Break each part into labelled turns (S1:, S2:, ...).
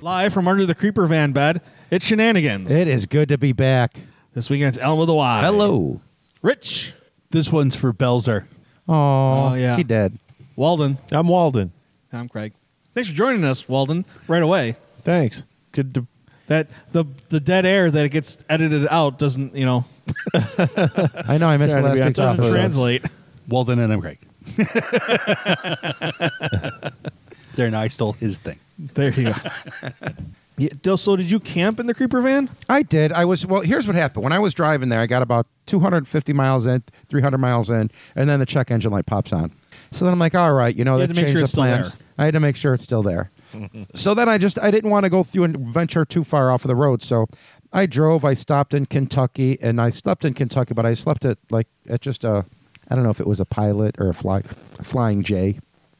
S1: live from under the creeper van bed. It's shenanigans.
S2: It is good to be back.
S1: this weekend it's Elm with a Y.
S2: Hello.
S1: Rich
S3: This one's for Belzer.
S2: Oh,
S1: Oh, yeah.
S2: He dead.
S1: Walden.
S4: I'm Walden.
S1: I'm Craig. Thanks for joining us, Walden. Right away.
S4: Thanks. Good to.
S1: That the the dead air that it gets edited out doesn't you know
S2: I know I missed
S4: Trying to
S2: last
S4: be on
S2: week's
S1: doesn't
S4: top of those.
S2: episode.
S1: translate.
S3: Walden and I'm Craig. Darren I stole his thing.
S1: There you go. Yeah, Del- so did you camp in the creeper van?
S2: I did. I was well. Here's what happened. When I was driving there, I got about 250 miles in, 300 miles in, and then the check engine light pops on. So then I'm like, all right, you know,
S1: You had
S2: that
S1: to make
S2: changed
S1: sure
S2: the
S1: it's still
S2: plans.
S1: there.
S2: I had to make sure it's still there. so then I just I didn't want to go through and venture too far off of the road. So I drove. I stopped in Kentucky, and I slept in Kentucky, but I slept at like at just a I don't know if it was a pilot or a fly a flying J.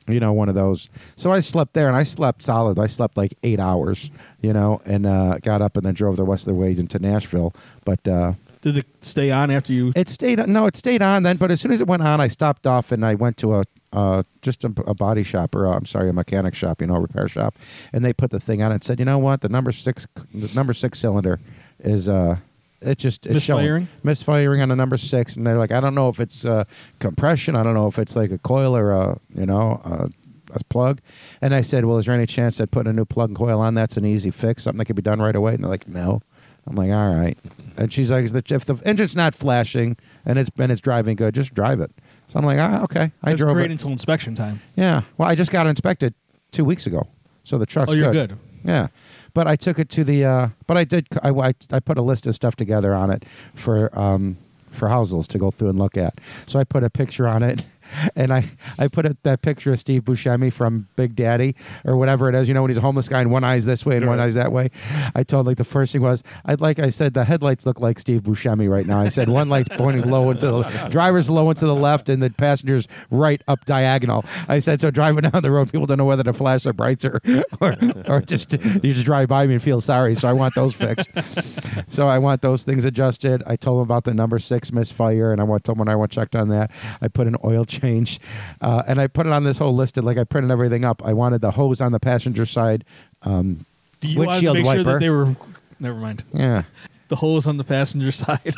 S2: You know, one of those. So I slept there, and I slept solid. I slept like eight hours, you know, and uh, got up and then drove the rest of the way into Nashville. But uh,
S1: Did it stay on after you?
S2: it stayed no, it stayed on then. But as soon as it went on, I stopped off and I went to a uh, just a, a body shop or i I'm sorry, a mechanic shop, you know, a repair shop, and they put the thing on and said, you know what, the number six, the number six cylinder is uh, it just it's showing-
S1: Misfiring?
S2: misfiring on the number six, and they're like, I don't know if it's uh, compression, I don't know if it's like a coil or a you know. A, a plug, and I said, "Well, is there any chance that putting a new plug and coil on that's an easy fix, something that could be done right away?" And they're like, "No." I'm like, all right. And she's like, is the, if the engine's not flashing and it's and it's driving good, just drive it. So I'm like, ah, okay. I
S1: That's
S2: drove
S1: great
S2: it.
S1: until inspection time.
S2: yeah. Well, I just got it inspected two weeks ago, so the truck's
S1: Oh, you're good.
S2: Yeah. But I took it to the. Uh, but I did. I, I, I put a list of stuff together on it for um, for Housels to go through and look at. So I put a picture on it. And I, I put a, that picture of Steve Buscemi from Big Daddy or whatever it is, you know, when he's a homeless guy and one eye's this way and one eye's that way. I told like the first thing was, I like I said, the headlights look like Steve Buscemi right now. I said one light's pointing low into the driver's low into the left and the passenger's right up diagonal. I said so driving down the road, people don't know whether to flash their brights or or, or just you just drive by me and feel sorry. So I want those fixed. so I want those things adjusted. I told them about the number six misfire, and I want told them when I went checked on that. I put an oil change, uh, and I put it on this whole list. Of, like I printed everything up. I wanted the hose on the passenger side. Um,
S1: Do you want
S2: Windshield
S1: to make sure
S2: wiper.
S1: that they were? Never mind.
S2: yeah,
S1: The hose on the passenger side.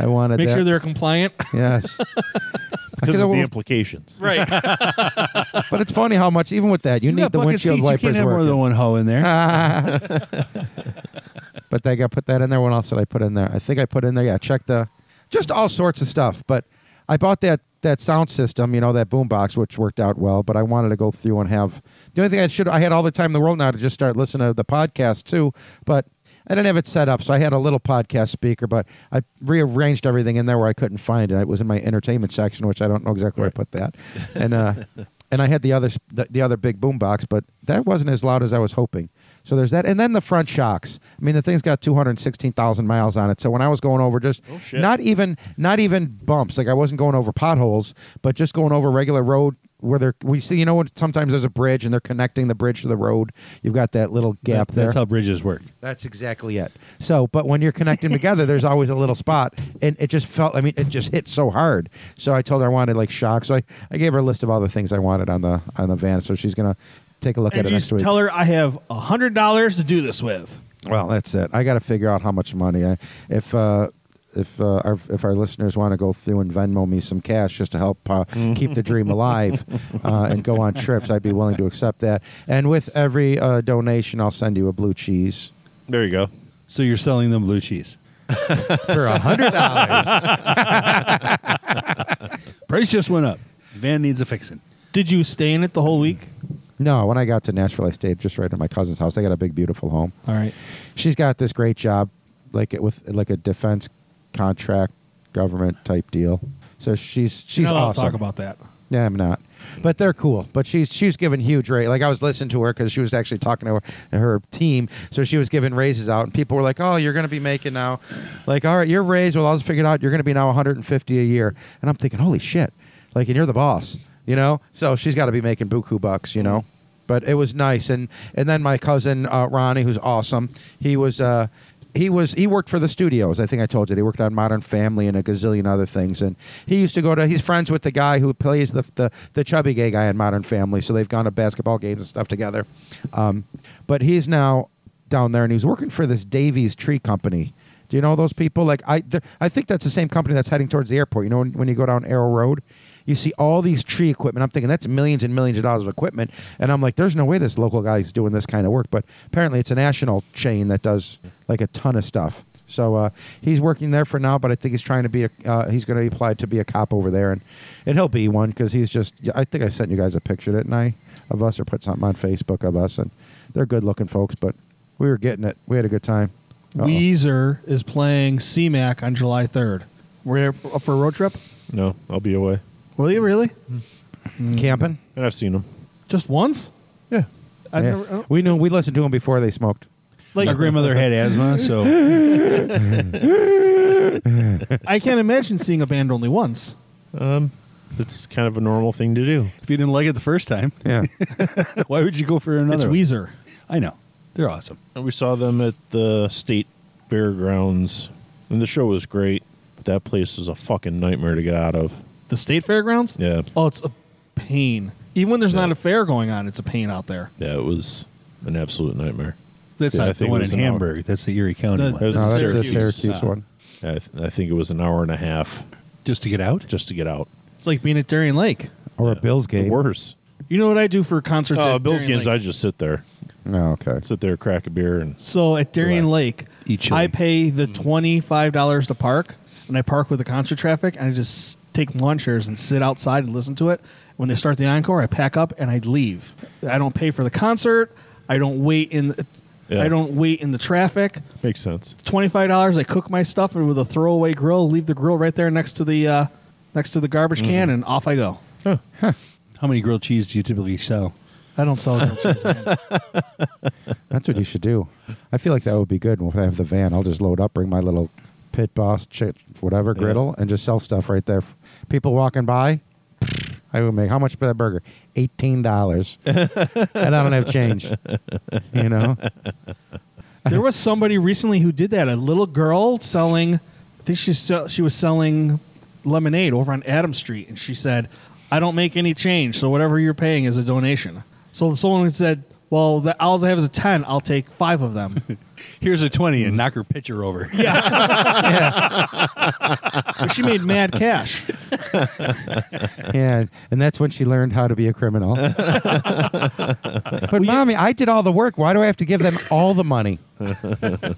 S2: I wanted
S1: make
S2: that.
S1: sure they're compliant.
S2: Yes.
S4: Because
S2: I
S4: of the
S2: will-
S4: implications.
S1: right.
S2: but it's funny how much, even with that, you, need the windshield
S3: You
S2: wipers
S3: can't have more
S2: working.
S3: than one hoe in there.
S2: But I got put that in there. What else did I put in there? I think I put in there. Yeah, check the, just all sorts of stuff. But I bought that that sound system, you know, that boombox, which worked out well. But I wanted to go through and have the only thing I should I had all the time in the world now to just start listening to the podcast too. But I didn't have it set up, so I had a little podcast speaker. But I rearranged everything in there where I couldn't find it. It was in my entertainment section, which I don't know exactly where I put that. And uh, and I had the other the, the other big boom box, but that wasn't as loud as I was hoping. So there's that, and then the front shocks. I mean, the thing's got 216,000 miles on it. So when I was going over just
S1: Oh,
S4: shit.
S2: not even not even bumps, like I wasn't going over potholes, but just going over regular road where there we see you know what sometimes there's a bridge and they're connecting the bridge to the road. You've got that little gap
S3: That-
S2: there.
S3: That's how bridges work.
S2: That's exactly it. So, but when you're connecting together, there's always a little spot, and it just felt. I mean, it just hit so hard. So I told her I wanted like shocks. So I, I gave her a list of all the things I wanted on the on the van. So she's gonna take a look
S1: and
S2: at it
S1: you
S2: next
S1: just
S2: week.
S1: tell her I have a hundred dollars to do this with.
S2: well, that's it. I got to figure out how much money. I, if uh, if uh, our, if our listeners want to go through and Venmo me some cash just to help uh, keep the dream alive uh, and go on trips, I'd be willing to accept that. And with every uh, donation, I'll send you a blue cheese.
S4: There you go.
S3: So you're selling them blue cheese.
S2: For a hundred dollars,
S3: Price just went up. Van needs a fixing.
S1: Did you stay in it the whole week?
S2: No, when I got to Nashville, I stayed just right at my cousin's house. They got a big, beautiful home.
S1: All right.
S2: She's got this great job, like it with like a defense contract, government type deal. So she's she's
S1: You're not allowed to
S2: awesome.
S1: talk about that.
S2: Yeah, I'm not. But they're cool. But she's she's giving huge rate. Like I was listening to her because she was actually talking to her, her team. So she was giving raises out, and people were like, "Oh, you're going to be making now, like all right, your raise. Well, I was figured out you're going to be now 150 a year." And I'm thinking, "Holy shit!" Like, and you're the boss, you know. So she's got to be making buku bucks, you know. But it was nice, and and then my cousin uh, Ronnie, who's awesome, he was. Uh, he was he worked for the studios. I think I told you he worked on Modern Family and a gazillion other things. And he used to go to. He's friends with the guy who plays the the, the chubby gay guy in Modern Family. So they've gone to basketball games and stuff together. Um, but he's now down there and he's working for this Davies Tree Company. Do you know those people? Like I, they're- I think that's the same company that's heading towards the airport. You know, when, when you go down Arrow Road, you see all these tree equipment. I'm thinking that's millions and millions of dollars of equipment, and I'm like, there's no way this local guy's doing this kind of work. But apparently, it's a national chain that does like a ton of stuff. So uh, he's working there for now, but I think he's trying to be. A, uh, he's going to apply to be a cop over there, and and he'll be one because he's just. I think I sent you guys a picture, didn't I, of us, or put something on Facebook of us, and they're good looking folks, but we were getting it. We had a good time. Uh-oh.
S5: Weezer is playing CMAC on July 3rd. We're there up for a road trip?
S4: No, I'll be away.
S5: Will you really?
S2: Hmm. camping.
S4: And I've seen him.
S5: Just once?
S4: Yeah.
S5: I've
S2: Yeah.
S5: never, oh. I don't-
S2: we knew we listened to them before they smoked.
S5: like,
S3: My grandmother had asthma, so
S5: I can't imagine seeing a band only once.
S4: Um, it's kind of a normal thing to do.
S3: if you didn't like it the first time,
S2: Yeah,
S3: why would you go for another?
S5: it's
S3: one?
S5: Weezer.
S3: I know they're awesome.
S4: And we saw them at the state fairgrounds, and the show was great. But that place is a fucking nightmare to get out of.
S5: The state fairgrounds?
S4: Yeah,
S5: Oh, it's a pain. Even when there's not a fair going on, it's a pain out there.
S4: yeah, it was an absolute nightmare.
S3: That's
S4: Yeah, I
S3: not the
S4: think it
S3: one in
S4: was an hour.
S3: Hamburg. That's the Erie County
S5: The-
S3: one.
S4: That was
S2: no, that's the
S4: Syracuse. uh,
S2: Syracuse
S3: Ah.
S2: one.
S4: I, th- I think it was an hour and a half
S3: just to get out.
S4: just to get out.
S5: It's like being at Darien Lake.
S2: Or a Bills game.
S4: Worse.
S5: You know what I do for concerts?
S4: Oh,
S5: at
S4: Bills
S5: Darien
S4: games.
S5: Lake?
S4: I just sit there,
S2: No, okay.
S4: sit there, crack a beer, and
S5: So at Darien
S4: Relax. Mm.
S5: Lake,
S3: Eat chili.
S5: I pay the twenty five dollars to park, and I park with the concert traffic, and I just take lawn chairs and sit outside and listen to it. When they start the encore, I pack up and I leave. I don't pay for the concert. I don't wait in.
S4: Yeah.
S5: I don't wait in the traffic.
S4: makes sense.
S5: Twenty five dollars. I cook my stuff and with a throwaway grill, leave the grill right there next to the uh, next to the garbage can,
S4: Mm-hmm.
S5: and off I go.
S3: How many grilled cheese do you typically sell?
S5: I don't sell grilled cheese. Man.
S2: That's what you should do. I feel like that would be good. When I have the van, I'll just load up, bring my little pit boss, chit, whatever griddle, and just sell stuff right there. People walking by, I would make how much for that burger? Eighteen dollars, and I don't have change. You know,
S5: There was somebody recently who did that. A little girl selling, I think she sell, she was selling lemonade over on Adam Street, and she said, "I don't make any change, so whatever you're paying is a donation." So someone said, "Well, the, all I have is a ten. I'll take five of them."
S3: Here's a twenty and knock her pitcher over.
S5: but she made mad cash.
S2: yeah, and that's when she learned how to be a criminal. but mommy, I did all the work. Why do I have to give them all the money? and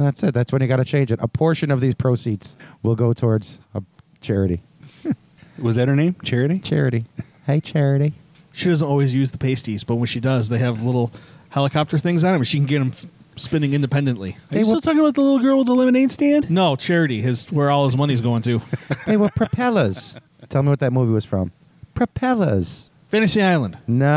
S2: that's it. That's when you got to change it. A portion of these proceeds will go towards a charity.
S3: Was that her name? Charity.
S2: Charity. Hey, Charity.
S5: She doesn't always use the pasties, but when she does, they have little helicopter things on them. and She can get them f- spinning independently.
S3: Are you
S2: will-
S3: still talking about the little girl with the lemonade stand?
S5: No charity, his where all his money's going to.
S2: They were propellers. Tell me what that movie was from. Propellers.
S5: Fantasy Island.
S2: No,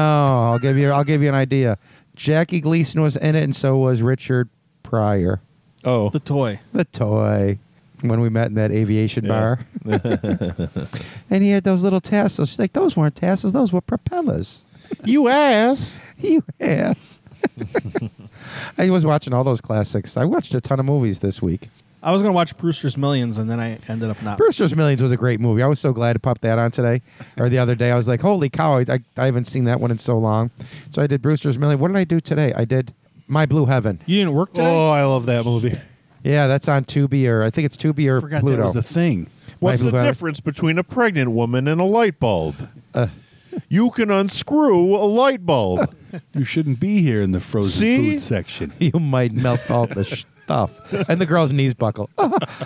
S2: I'll give you. I'll give you an idea. Jackie Gleason was in it, and so was Richard Pryor.
S4: Oh,
S5: The toy.
S2: The toy. When we met in that aviation
S4: Yeah.
S2: bar, and he had those little tassels. She's like, "Those weren't tassels. Those were propellers."
S4: you ass.
S2: You ass. I was watching all those classics. I watched a ton of movies this week.
S5: I was gonna watch Brewster's Millions, and then I ended up not.
S2: Brewster's Millions was a great movie. I was so glad to pop that on today or the other day. I was like, holy cow, I, I, I haven't seen that one in so long. So I did Brewster's Millions. What did I do today? I did My Blue Heaven.
S5: You didn't work today.
S4: Oh, I love that movie.
S2: Yeah, that's on Tubi or I think it's Tubi or
S3: I forgot
S2: Pluto.
S3: that was the thing.
S4: What's
S2: Michael
S4: the
S2: Gambon.
S4: difference between a pregnant woman and a light bulb? you can unscrew a light bulb.
S3: You shouldn't be here in the frozen
S4: See?
S3: food section.
S2: you might melt all the stuff. And the girl's knees buckle.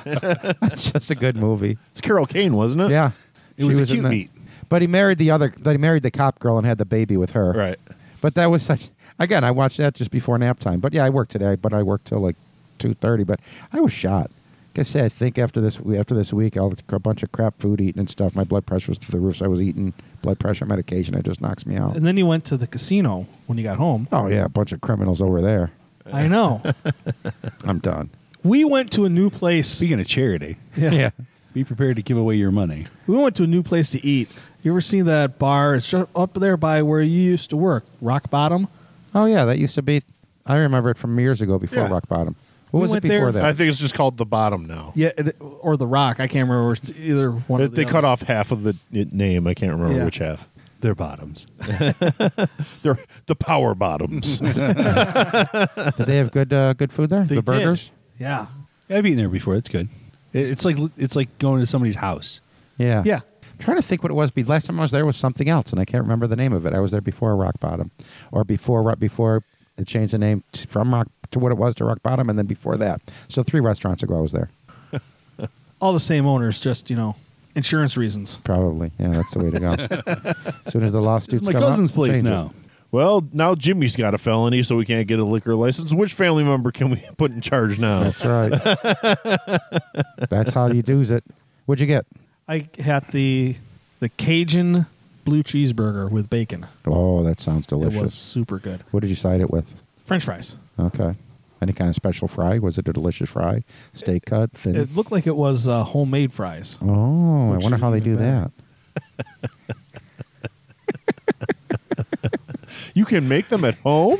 S2: that's just a good movie.
S4: it's Carol Kane, wasn't it?
S2: Yeah.
S3: It was a
S2: in
S3: cute
S2: that.
S3: meet.
S2: But he married the other, he married the cop girl and had the baby with her.
S4: Right.
S2: But that was such. Again, I watched that just before nap time. But yeah, I worked today, but I worked till like two thirty. But I was shot. Like I said, I think after this after this week, I'll a bunch of crap food eating and stuff. My blood pressure was through the roof. So I was eating blood pressure medication. It just knocks me
S4: Oh.
S2: out.
S5: And then you went to the casino when you got home.
S2: Oh yeah, a bunch of criminals over there.
S5: I know.
S2: I'm done.
S5: We went to a new place.
S3: Speaking of charity,
S5: Yeah.
S3: be prepared to give away your money.
S5: We went to a new place to eat. You ever seen that bar? It's just up there by where you used to work, Rock Bottom.
S2: Oh yeah, that used to be. I remember it from years ago before
S4: Yeah.
S2: rock bottom. What was it
S5: went there-
S2: before
S4: I
S2: that?
S4: think it's just called the bottom now.
S5: Yeah, it, or the Rock. I can't remember It's either one.
S4: They,
S5: or the
S4: they
S5: other.
S4: cut off half of the it- name. I can't remember
S5: Yeah.
S4: which half.
S3: They're bottoms.
S4: They're the power bottoms.
S2: Did they have good uh, good food there?
S4: They
S2: the burgers.
S5: Yeah,
S3: I've eaten there before. It's good. It, it's like it's like going to somebody's house.
S2: Yeah.
S5: yeah.
S2: I'm trying to think what it was. Be last time I was there was something else, and I can't remember the name of it. I was there before Rock Bottom, or before right before it changed the name t- from Rock to what it was to Rock Bottom, and then before that. So three restaurants ago I was there.
S5: All the same owners, just you know, insurance reasons.
S2: Probably. Yeah, that's the way to go. as soon as the
S3: It's
S2: lawsuits
S3: my
S2: come out,
S3: cousin's place
S2: change it.
S3: now.
S4: well, now Jimmy's got a felony, so we can't get a liquor license. Which family member can we put in charge now?
S2: That's right. that's how you do's it. What'd you get?
S5: I had the the Cajun blue cheeseburger with bacon.
S2: Oh, that sounds delicious.
S5: It was super good.
S2: What did you side it with?
S5: French fries.
S2: Okay. Any kind of special fry? Was it a delicious fry? Steak cut? Thin?
S5: It looked like it was uh, homemade fries.
S2: oh, I
S5: Which
S2: wonder
S5: is
S2: how they
S5: even
S2: do
S5: better.
S2: that.
S4: You can make them at home.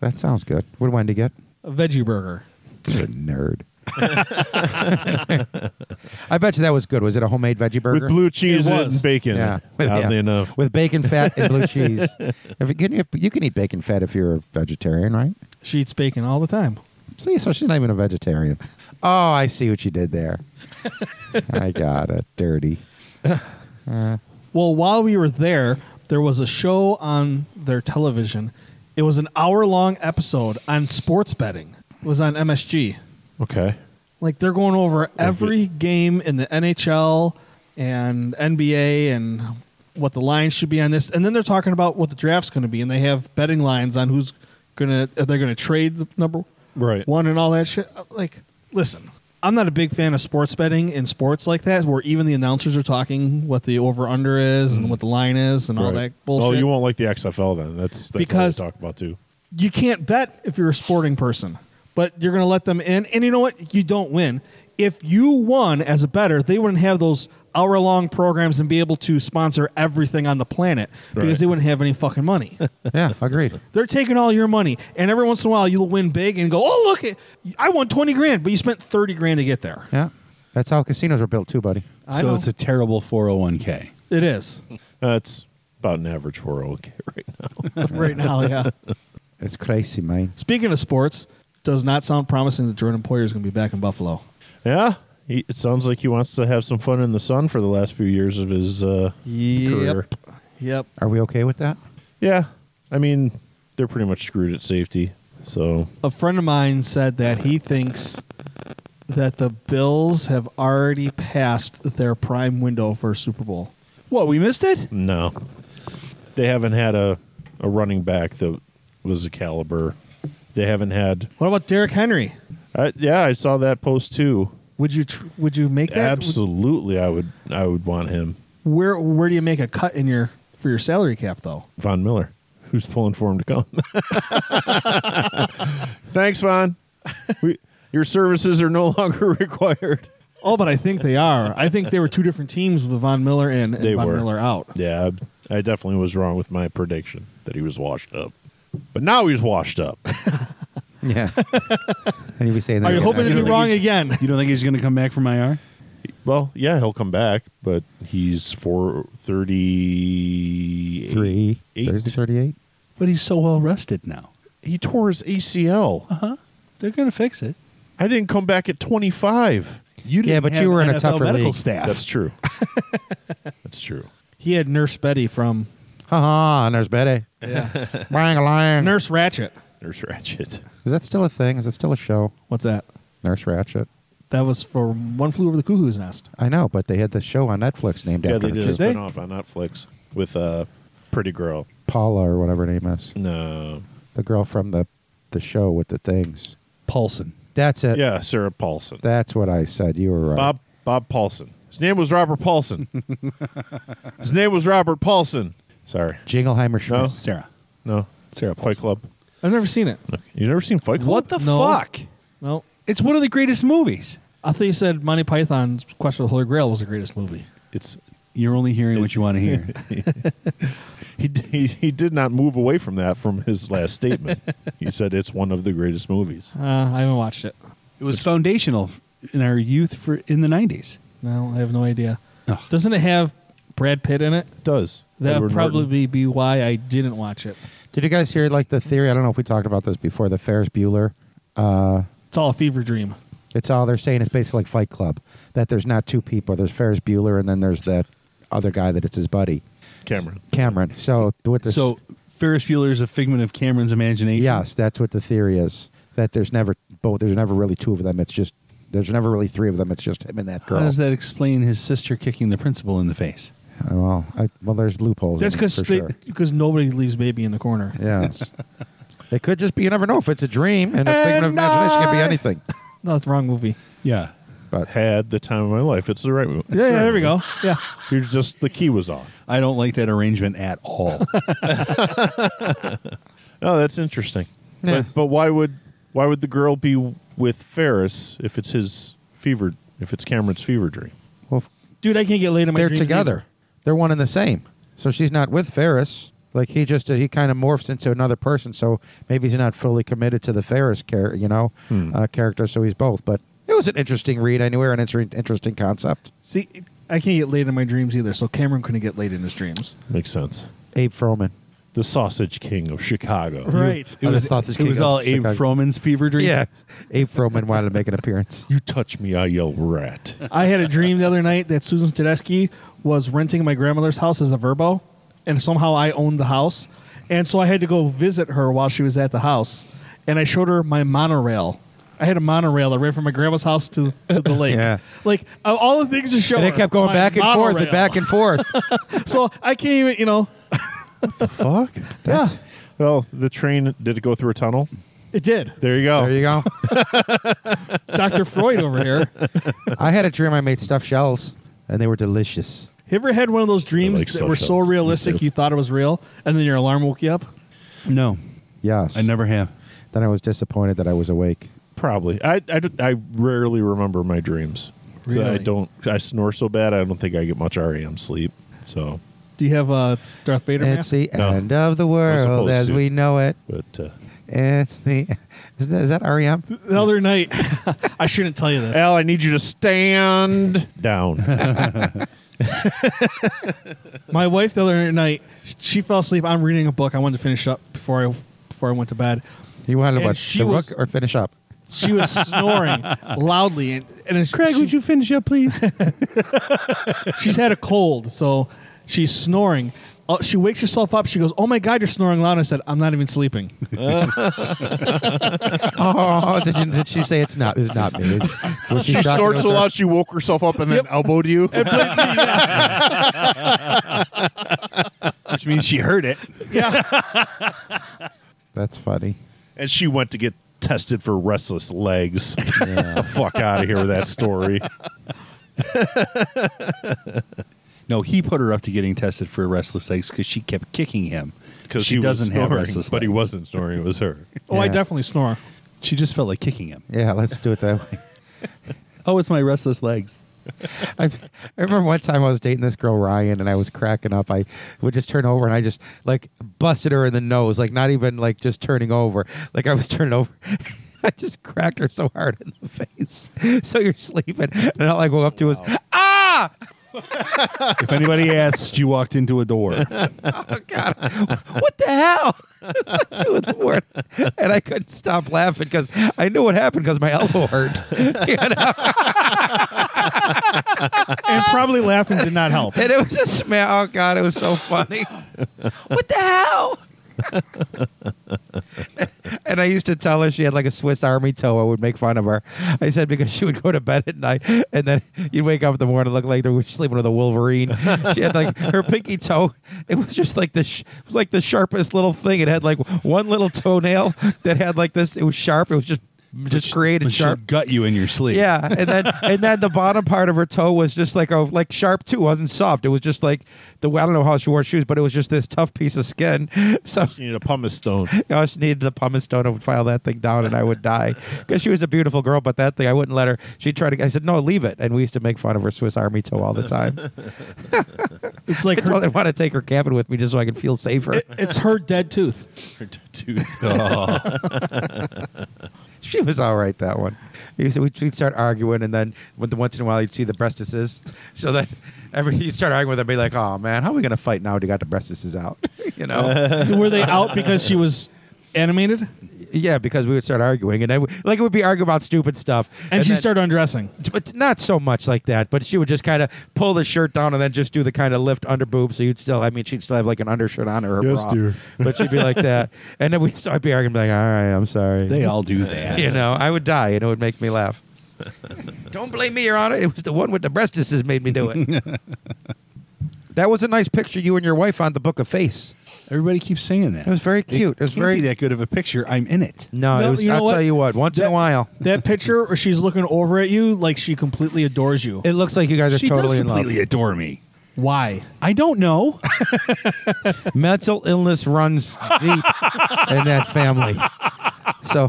S2: That sounds good. What one did you get?
S5: A veggie burger.
S2: You're a nerd. I bet you that was good. Was it a homemade veggie burger?
S4: With blue cheese
S5: It
S4: in it
S5: was.
S4: and bacon.
S2: yeah, With-
S4: Oddly
S2: yeah.
S4: enough.
S2: with bacon fat and blue cheese. If you, can, you, you can eat bacon fat if you're a vegetarian, right?
S5: She eats bacon all the time.
S2: See, so she's not even a vegetarian. Oh, I see what you did there. I got it. Dirty.
S5: Well, while we were there, there was a show on their television. It was an hour long episode on sports betting. It was on MSG.
S4: Okay.
S5: Like they're going over every game in the NHL and NBA and what the lines should be on this, and then they're talking about what the draft's going to be, and they have betting lines on who's gonna if they're gonna trade the number
S4: Right.
S5: one and all that shit. Uh, Like, listen, I'm not a big fan of sports betting in sports like that, where even the announcers are talking what the over under is and what the line is and all
S4: Mm-hmm. Right.
S5: that bullshit.
S4: Oh, you won't like the XFL then. That's, that's all they
S5: Because-
S4: talk about too.
S5: you can't bet if you're a sporting person, but you're going to let them in. And you know what? You don't win. If you won as a better, they wouldn't have those hour long programs and be able to sponsor everything on the planet because
S4: Right.
S5: they wouldn't have any fucking money.
S2: Yeah, agreed.
S5: They're taking all your money. And every once in a while, you'll win big and go, oh, look, it- I won 20 grand, but you spent 30 grand to get there.
S2: Yeah. That's how casinos are built too, buddy.
S5: I
S3: so
S5: know.
S3: it's a terrible 401k.
S5: It is
S4: That's about an average 401k right now.
S5: right now, yeah.
S2: It's crazy, man.
S5: Speaking of sports, does not sound promising that Jordan Poyer is going to be back in Buffalo.
S4: Yeah. He, it sounds like he wants to have some fun in the sun for the last few years of his uh, career.
S5: Yep.
S2: Are we okay with that?
S4: Yeah. I mean, they're pretty much screwed at safety. So,
S5: a friend of mine said that he thinks that the Bills have already passed their prime window for a Super Bowl.
S3: What we missed it?
S4: no. They haven't had a, a running back that was a caliber. They haven't had.
S5: What about Derrick Henry?
S4: I, yeah, I saw that post too.
S5: Would you tr- would you make that?
S4: Absolutely, I would. I would want him.
S5: Where where do you make a cut in your for your salary cap though?
S4: Von Miller, who's pulling for him to come. Thanks, Von. We, your services are no longer required.
S5: Oh, but I think they are. I think they were two different teams with Von Miller in and
S4: They
S5: Von
S4: were.
S5: Miller out.
S4: Yeah, I I definitely was wrong with my prediction that he was washed up, but now he's washed up.
S2: Yeah. and you'll be saying that.
S5: Are you
S2: again.
S5: hoping to
S3: I
S5: be
S3: think
S5: wrong
S3: he's-
S5: again?
S3: You don't think he's going to come back from IR?
S4: well, yeah, he'll come back, but he's four thirty
S2: Three. Thursday, 38.
S3: But he's so well rested now.
S4: He tore his ACL.
S3: They're going to fix it.
S4: I didn't come back at twenty five.
S3: You
S2: Yeah, but
S3: have
S2: you were in a
S3: NFL
S2: tougher
S3: medical
S2: league.
S3: staff.
S4: That's true. That's true.
S5: He had Nurse Betty from
S2: Ha ha. And there's Betty. Yeah. Bang a lion.
S5: Nurse Ratchet.
S4: There's Ratchet.
S2: Is that still a thing? Is it still a show?
S5: What's that?
S2: Nurse Ratchet.
S5: That was for One Flew Over the Cuckoo's Nest.
S2: I know, but they had the show on Netflix named
S4: Yeah,
S2: after her,
S4: they did a
S2: too.
S5: they?
S4: spinoff on Netflix with uh, Pretty Girl.
S2: Paula or whatever her name is.
S4: No.
S2: The girl from the, the show with the things.
S3: Paulson.
S2: That's it.
S4: Yeah, Sarah Paulson.
S2: That's what I said. You were right.
S4: Bob Bob Paulson. His name was Robert Paulson. His name was Robert Paulson. Sorry.
S2: Jingleheimer Schmidt.
S4: No.
S3: Sarah.
S4: No.
S3: Sarah
S4: Fight Club.
S5: I've never seen it.
S4: You never seen Fight Club?
S3: What the
S5: No.
S3: fuck?
S5: No.
S3: It's one of the greatest movies.
S5: I thought you said Monty Python's Quest for the Holy Grail was the greatest movie.
S4: It's
S6: You're only hearing what you want to hear.
S4: He, d- he he did not move away from that from his last statement. he said it's one of the greatest movies.
S5: Uh, I haven't watched it.
S6: It was foundational in our youth for in the '90s.
S5: No, I have no idea.
S6: Ugh.
S5: Doesn't it have Brad Pitt in it?
S4: It does
S5: That
S4: Edward
S5: would
S4: Norton.
S5: probably be why I didn't watch it.
S2: Did you guys hear like the theory? I don't know if we talked about this before. The Ferris Bueller. Uh,
S5: It's all a fever dream.
S2: it's all they're saying is basically like Fight Club. That there's not two people. There's Ferris Bueller and then there's that other guy that it's his buddy,
S4: Cameron.
S2: Cameron. So with this,
S6: So Ferris Bueller is a figment of Cameron's imagination.
S2: yes, that's what the theory is. That there's never both. There's never really two of them. It's just there's never really three of them. It's just him and that girl.
S6: How does that explain his sister kicking the principal in the face?
S2: Oh, well, I, well, there's loopholes.
S5: That's
S2: in it
S5: because
S2: for sure.
S5: nobody leaves baby in the corner.
S2: Yes. it could just be, you never know if it's a dream and a figment of imagination can be anything.
S5: No, it's the wrong movie.
S6: Yeah.
S2: But
S4: Had the time of my life. It's the right movie.
S5: Yeah, yeah, there we go. Yeah,
S4: You're just the key was off.
S6: I don't like that arrangement at all.
S4: Oh, that's interesting.
S2: Yeah.
S4: But, but why would why would the girl be with Ferris if it's his fever if it's Cameron's fever dream?
S2: well,
S5: dude, I can't get laid in my.
S2: they're
S5: dreams
S2: together. They're one and the same. So she's not with Ferris. Like he just he kind of morphs into another person. So maybe he's not fully committed to the Ferris character, you know, uh, character. So he's both. But it was an interesting read anywhere, and it's an interesting concept.
S5: either. See, I can't get laid in my dreams either. So Cameron couldn't get laid in his dreams.
S4: Makes sense.
S2: Abe Froman.
S4: The Sausage King of Chicago.
S5: Right.
S6: It
S2: I
S6: was,
S2: just thought this
S6: it
S2: came
S6: was
S2: out
S6: all
S2: of
S6: Abe
S2: Chicago.
S6: Froman's fever dream.
S2: Yeah, Abe Froman wanted to make an appearance.
S4: You touch me, I yell rat.
S5: I had a dream the other night that Susan Tedeschi was renting my grandmother's house as a verbo, and somehow I owned the house. And so I had to go visit her while she was at the house, and I showed her my monorail. I had a monorail that ran from my grandma's house to, to the lake.
S2: Yeah.
S5: Like of all the things to show.
S2: And it
S5: her,
S2: kept going
S5: my
S2: back and forth and
S5: monorail.
S2: back and forth.
S5: so I can't even, you know,
S4: Fuck.
S5: yeah,
S4: Well, the train did it go through a tunnel?
S5: it did.
S4: There you go.
S2: There you go.
S5: Dr. Freud over here.
S2: I had a dream I made stuffed shells, and they were delicious.
S5: You ever had one of those dreams
S4: like
S5: that were so
S4: socials. Me
S5: realistic
S4: too.
S5: you thought it was real, and then your alarm woke you up?
S6: No,
S2: Yes.
S6: I never have.
S2: Then I was disappointed that I was awake.
S4: Probably. I, I, don't- I rarely remember my dreams. So I
S5: Really?
S4: don't. I snore so bad. I don't think I get much REM sleep. So,
S5: Do you have uh, Darth Vader? mask?
S2: It's the
S4: No.
S2: end of the world
S4: supposed
S2: as
S4: to.
S2: we know it.
S4: but uh,
S2: It's the. Is that, is that REM?
S5: the other night. I shouldn't tell you this.
S4: Al, I need you to stand down.
S5: My wife the other night, she fell asleep. I'm reading a book. I wanted to finish up before I before I went to bed.
S2: You wanted
S5: And
S2: to watch
S5: she
S2: the
S5: was-
S2: rook or finish up?
S5: She was snoring loudly, and, and it's, she-
S6: you finish up, please?
S5: she's had a cold, so she's snoring. Uh, she wakes herself up. She goes, "Oh my god, you're snoring loud!" I said, "I'm not even sleeping."
S2: Oh, did, you, did she say it's not? It's not me. Was
S4: she
S2: shocked
S4: snored
S2: it was
S4: so
S2: her?
S4: loud she woke herself up and then elbowed you.
S6: Which means she heard it.
S2: That's funny.
S4: and she went to get tested for restless legs. the fuck out of here with that story.
S6: No, he put her up to getting tested for restless legs because she kept kicking him.
S4: Because
S6: she
S4: he
S6: doesn't
S4: was snoring,
S6: have restless
S4: but he
S6: legs.
S4: wasn't snoring. It was her.
S5: Oh, I
S2: Yeah.
S5: definitely snore.
S6: She just felt like kicking him.
S2: Yeah, let's do it that way.
S6: Oh, it's my restless legs.
S2: I, I remember one time I was dating this girl Ryan, and I was cracking up. I would just turn over, and I just like busted her in the nose, like not even like just turning over. Like I was turning over, I just cracked her so hard in the face. So you're sleeping, and all I go up to is,
S6: If anybody asks, you walked into a door.
S2: "Oh God, what the hell?" It's like two in the morning, and I couldn't stop laughing because I knew what happened because my elbow hurt. You know?
S5: And probably laughing did not help.
S2: And it was a smell. Oh God, it was so funny. what the hell? and I used to tell her she had like a Swiss Army toe. I would make fun of her. I said because she would go to bed at night and then you'd wake up in the morning and look like they were sleeping with a Wolverine. she had like her pinky toe. It was just like the sh- it was like the sharpest little thing. It had like one little toenail that had like this. It was sharp. It was just just created
S6: But she'll
S2: sharp.
S6: gut you in your sleep.
S2: Yeah, and then and then the bottom part of her toe was just like a like sharp too. It wasn't soft. It was just like the I don't know how she wore shoes, but it was just this tough piece of skin. So
S4: You need a pumice stone.
S2: I just needed the pumice stone to file that thing down, and I would die because she was a beautiful girl. But that thing, I wouldn't let her. She tried to. I said no, leave it. And we used to make fun of her Swiss Army toe all the time.
S5: It's like
S2: I told her
S5: her,
S2: I want to take her cabin with me just so I can feel safer.
S5: it- it's her dead tooth.
S4: Uh,
S2: she was all right that one. You see, We'd we'd start arguing, and then with- once in a while you'd see the breastises. So then every you start arguing with them, be like, "Oh man, how are we gonna fight now? When you got the breastises out, you know?
S5: Were they out because she was animated?
S2: yeah, because we would start arguing, and then we, like it would be arguing about stupid stuff,
S5: And, she
S2: then-
S5: started undressing.
S2: but not so much like that. But she would just kind of pull the shirt down and then just do the kind of lift under boob. So you'd still, I mean, she'd still have like an undershirt on or her
S4: Yes,
S2: bra.
S4: dear.
S2: But she'd be like that, and then we, so I'd be arguing like, "All right, I'm sorry."
S6: They all do that.
S2: you know, I would die, and it would make me laugh. Don't blame me, Your Honor. It was the one with the breastises made me do it. that was a nice picture you and your wife on the Book of Face.
S6: Everybody keeps saying that.
S2: It was very cute. It, was
S6: Can't
S2: very
S6: be that good of a picture. I'm in it.
S2: no.
S5: No,
S2: it was,
S5: you know
S2: I'll
S5: what?
S2: tell you what. Once in
S5: That-
S2: a while,
S5: That picture, or she's looking over at you like she completely adores you.
S2: it looks like you guys are
S6: she
S2: totally
S6: does
S2: in love.
S6: completely adore me.
S5: Why?
S6: I don't know.
S2: Mental illness runs deep in that family. So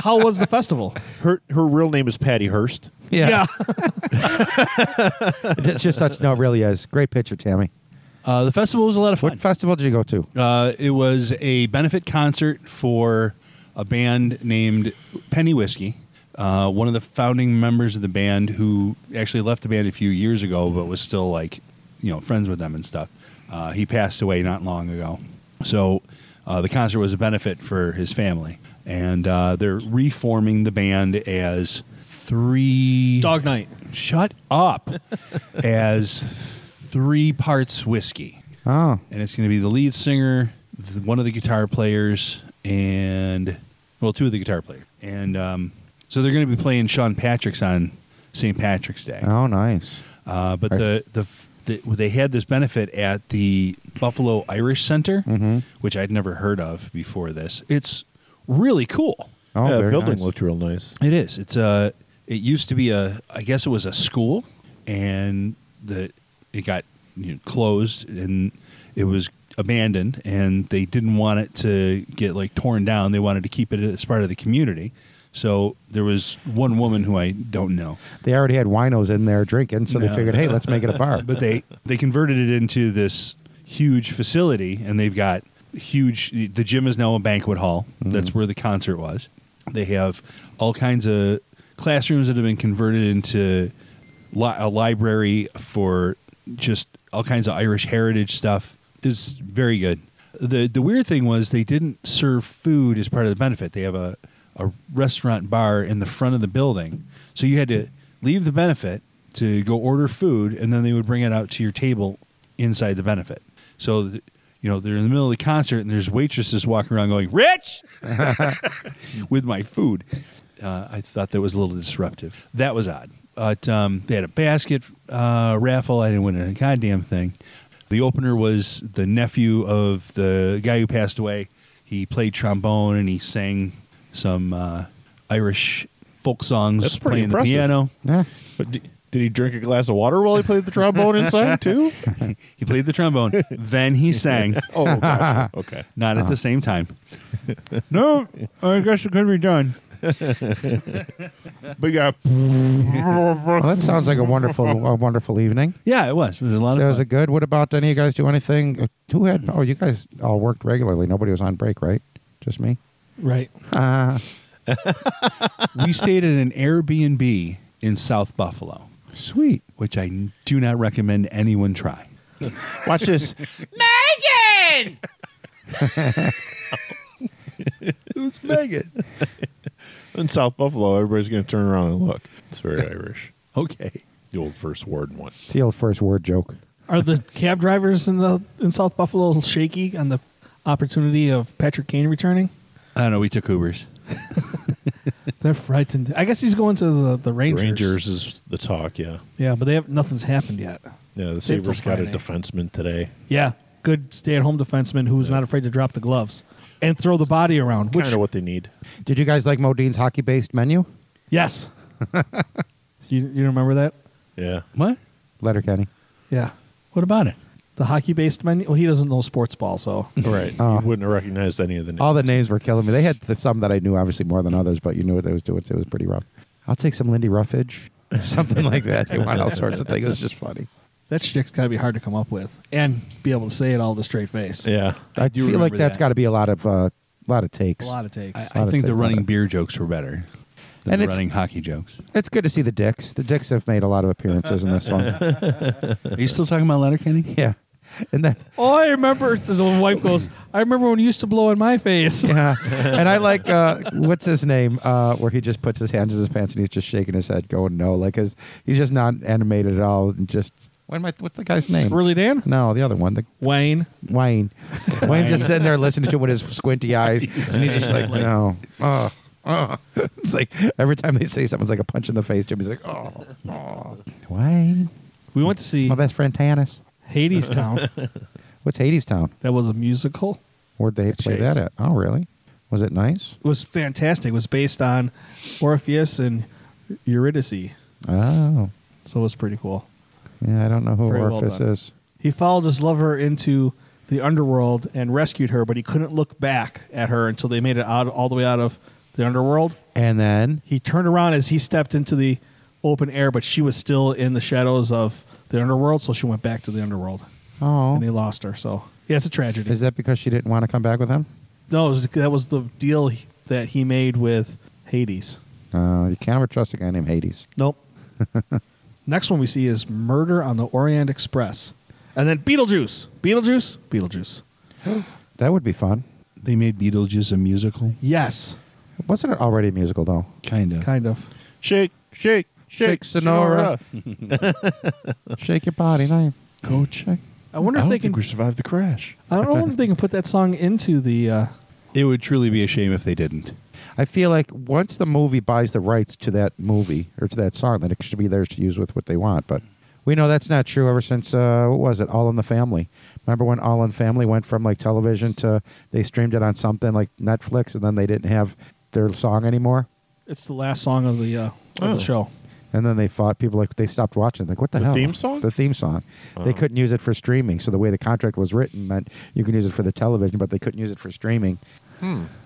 S5: How was the festival?
S4: Her her real name is Patty Hearst.
S2: yeah, it's just such. No, it really is great picture, Tammy.
S6: Uh, the festival was a lot of
S2: What
S6: fun.
S2: festival did you go to?
S6: Uh, it was a benefit concert for a band named Penny Whiskey. Uh, one of the founding members of the band who actually left the band a few years ago, but was still like, you know, friends with them and stuff. Uh, he passed away not long ago. So uh, the concert was a benefit for his family. And uh, they're reforming the band as three.
S5: Dog night.
S6: Shut up. as three parts whiskey
S2: Oh,
S6: and it's going to be the lead singer, th one of the guitar players, and well, two of the guitar players, and um, so they're going to be playing Sean Patrick's on St. Patrick's Day.
S2: oh, nice.
S6: Uh, but
S2: Are-
S6: the, the the they had this benefit at the Buffalo Irish Center,
S2: Mhm.
S6: which I'd never heard of before this. It's really cool.
S2: Oh,
S4: yeah,
S2: very
S4: building
S2: nice.
S4: looked real nice.
S6: It is. It's a. It used to be a. I guess it was a school, and the it got you know, closed and it was abandoned, and they didn't want it to get like torn down. They wanted to keep it as part of the community. So there was one woman who I don't know,
S2: They already had winos in there drinking, so they
S6: No.
S2: figured, hey, let's make it a bar.
S6: but they they converted it into this huge facility, and they've got huge. The gym is now a banquet hall. That's where the concert was. They have all kinds of classrooms that have been converted into li- a library for just all kinds of Irish heritage stuff. It's very good. the The weird thing was they didn't serve food as part of the benefit. They have a a restaurant bar in the front of the building, so you had to leave the benefit to go order food, and then they would bring it out to your table inside the benefit. So. th- you know, they're in the middle of the concert and there's waitresses walking around going, Rich! with my food. Uh, I thought that was a little disruptive. That was odd. But um, they had a basket uh, raffle. I didn't win a goddamn thing. The opener was the nephew of the guy who passed away. He played trombone and he sang some uh, Irish folk songs,
S4: That's pretty
S6: playing
S4: impressive.
S6: the piano.
S2: yeah.
S4: But d- did he drink a glass of water while he played the trombone inside too?
S6: He played the trombone. then he sang,
S4: Oh, gotcha. okay.
S6: not at the same time.
S2: Uh-huh. No, I guess it could be done.
S4: But yeah,
S2: Well, that sounds like a wonderful, a wonderful evening.
S6: Yeah, it was. It was a lot
S2: So it
S6: of
S2: was
S6: fun.
S2: a good. What about any of you guys do anything? Uh, Who had? Oh, you guys all worked regularly. Nobody was on break, right? Just me.
S5: Right.
S2: Uh,
S6: we stayed at an Airbnb in South Buffalo,
S2: sweet.
S6: which I do not recommend anyone try.
S4: watch this.
S6: Who's Megan?
S4: In South Buffalo, everybody's going to turn around and look. It's very Irish.
S6: Okay.
S4: The old first warden one.
S2: It's the old first word joke.
S5: Are the cab drivers in the in South Buffalo a little shaky on the opportunity of Patrick Kane returning?
S6: I don't know. We took Ubers.
S5: They're frightened. I guess he's going to the, the Rangers.
S4: Rangers is the talk, yeah.
S5: Yeah, but they have nothing's happened yet.
S4: Yeah, the
S5: till
S4: Sabres got a
S5: Friday.
S4: defenseman today.
S5: Yeah, good stay-at-home defenseman who's not afraid to drop the gloves. and throw the body around. Which
S4: Kind of what they need.
S2: Did you guys like Modine's hockey based menu?
S5: yes, you, you remember that?
S4: Yeah.
S6: What?
S2: Letter Kenny.
S5: Yeah,
S6: What about it?
S5: the hockey based menu. Well, he doesn't know sports ball, so
S4: Right.
S2: Oh.
S4: You wouldn't have recognized any of the names.
S2: All the names were killing me. They had the, some that I knew obviously more than others, but you knew what they was doing. So it was pretty rough. I'll take some Lindy Ruffage, something like that. They want all sorts of things. It was just funny.
S5: that shit's got to be hard to come up with and be able to say it all with a straight face.
S4: yeah.
S2: I,
S6: do
S2: feel like
S6: remember
S2: that's
S6: that.
S2: got to be a lot of uh, lot of
S5: a
S2: takes.
S5: lot of takes.
S6: I, I
S2: I'd
S6: think
S2: say
S6: the
S2: it's not
S6: running
S2: bad.
S6: beer jokes were better than
S2: And
S6: the
S2: it's-
S6: running hockey jokes.
S2: It's good to see the dicks. The dicks have made a lot of appearances in this one.
S6: Are you still talking about Letterkenny?
S2: yeah, and then
S5: All Oh, I remember is the wife goes, I remember when you used to blow in my face.
S2: yeah, and I like uh, what's his name uh, where he just puts his hands in his pants and he's just shaking his head, going no, like his he's just not animated at all. And just what am I? What's the guy's name?
S5: Really, Dan?
S2: no, the other one, the
S5: Wayne.
S2: Wayne. Wayne's just sitting there listening to him with his squinty eyes, and he's just like, no. Oh, oh. It's like every time they say something, it's like a punch in the face. Jimmy's like, oh, oh. Wayne.
S5: We went to see
S2: My best friend Tannis.
S5: Hades Town.
S2: What's Hades Town?
S5: that was a musical.
S2: Where'd they play
S5: Chase.
S2: that at? Oh, really? Was it nice?
S5: It was fantastic. It was based on Orpheus and Eurydice.
S2: Oh,
S5: So it was pretty cool.
S2: yeah. I don't know who
S5: Very well
S2: Orpheus
S5: done.
S2: is.
S5: He followed his lover into the underworld and rescued her, but he couldn't look back at her until they made it out all the way out of the underworld.
S2: And then
S5: He turned around as he stepped into the open air, but she was still in the shadows of the underworld, so she went back to the underworld.
S2: oh,
S5: and he lost her. So yeah, it's a tragedy.
S2: is that because she didn't want to come back with him?
S5: no, it was- that was the deal he- that he made with Hades.
S2: Uh, you can't ever trust a guy named Hades.
S5: Nope. Next one we see is Murder on the Orient Express, and then Beetlejuice, Beetlejuice, Beetlejuice.
S2: That would be fun.
S6: They made Beetlejuice a musical.
S5: Yes,
S2: Wasn't it already a musical though?
S6: Kind of.
S5: kind of.
S4: Shake, shake, shake,
S2: Shake, Sonora. Shake your body, name.
S4: Go check.
S5: I wonder
S4: I
S5: if
S4: don't
S5: they can.
S4: think we survived the crash.
S5: I don't know if they can put that song into the. Uh,
S6: It would truly be a shame if they didn't.
S2: I feel like once the movie buys the rights to that movie or to that song, then it should be theirs to use with what they want. But we know that's not true. Ever since uh, what was it, All in the Family? Remember when All in Family went from like television to they streamed it on something like Netflix, and then they didn't have their song anymore,
S5: it's the last song of the uh, of
S4: Oh.
S5: the show.
S2: and then they fought people like they stopped watching. Like what the,
S4: The
S2: hell?
S4: theme song? Oh.
S2: The theme song. They couldn't use it for streaming. So the way the contract was written meant you can use it for the television, but they couldn't use it for streaming.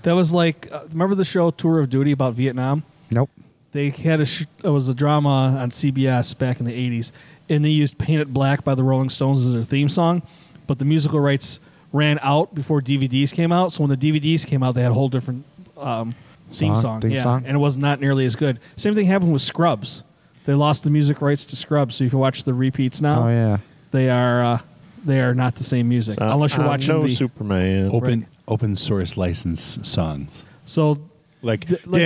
S5: That was like uh, remember the show Tour of Duty about Vietnam.
S2: Nope.
S5: They had a sh- it was a drama on CBS back in the '80s, and they used "Paint It Black" by the Rolling Stones as their theme song, but the musical rights ran out before DVDs came out. So when the DVDs came out, they had a whole different um, theme
S2: Song,
S5: song,
S2: theme
S5: yeah,
S2: song?
S5: and it was not nearly as good. Same thing happened with Scrubs. They lost the music rights to Scrubs, so if you watch the repeats now,
S2: Oh yeah.
S5: they are uh, they are not the same music unless you're
S4: I
S5: watching
S4: know
S5: the
S4: Uh, Superman.
S6: Open
S5: Right.
S6: open source license songs.
S5: so.
S4: Like,
S5: Th- like-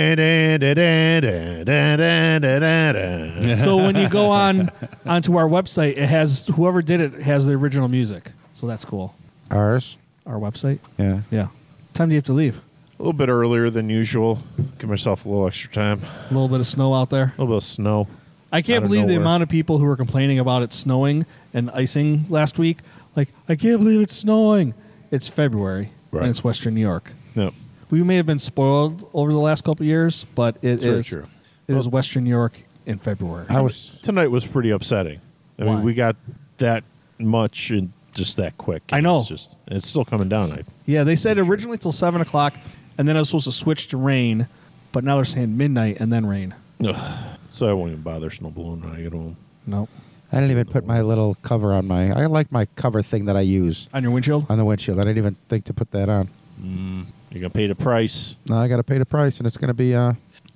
S4: da-da-da-da-da-da-da-da.
S5: so when you go on onto our website, it has whoever did it has the original music. So that's cool.
S2: Ours.
S5: Our website.
S2: Yeah.
S5: Yeah. Time do you have to leave?
S4: a little bit earlier than usual. Give myself a little extra time.
S5: A little bit of snow out there.
S4: A little bit of snow.
S5: I
S4: Out
S5: can't
S4: of
S5: believe the
S4: nowhere.
S5: amount of people who were complaining about it snowing and icing last week. Like, I can't believe it's snowing. It's February
S4: Right.
S5: and it's Western New York.
S4: No,
S5: We may have been spoiled over the last couple of years, but it
S4: It's very
S5: is-
S4: true.
S5: It is Western New York in February.
S2: I was
S4: tonight was pretty upsetting. I
S5: Why?
S4: mean, we got that much and just that quick.
S5: I know.
S4: It's, just, it's still coming down. I,
S5: Yeah, they said originally till seven o'clock, and then I was supposed to switch to rain, but now they're saying midnight and then rain.
S4: so I won't even bother snowblowing when I get home.
S5: Nope.
S2: I didn't even put my little cover on my. I like my cover thing that I use
S5: On your windshield?
S2: on the windshield. I didn't even think to put that on.
S4: You're going to pay the price.
S2: Now I got to pay the price, and it's going to be uh,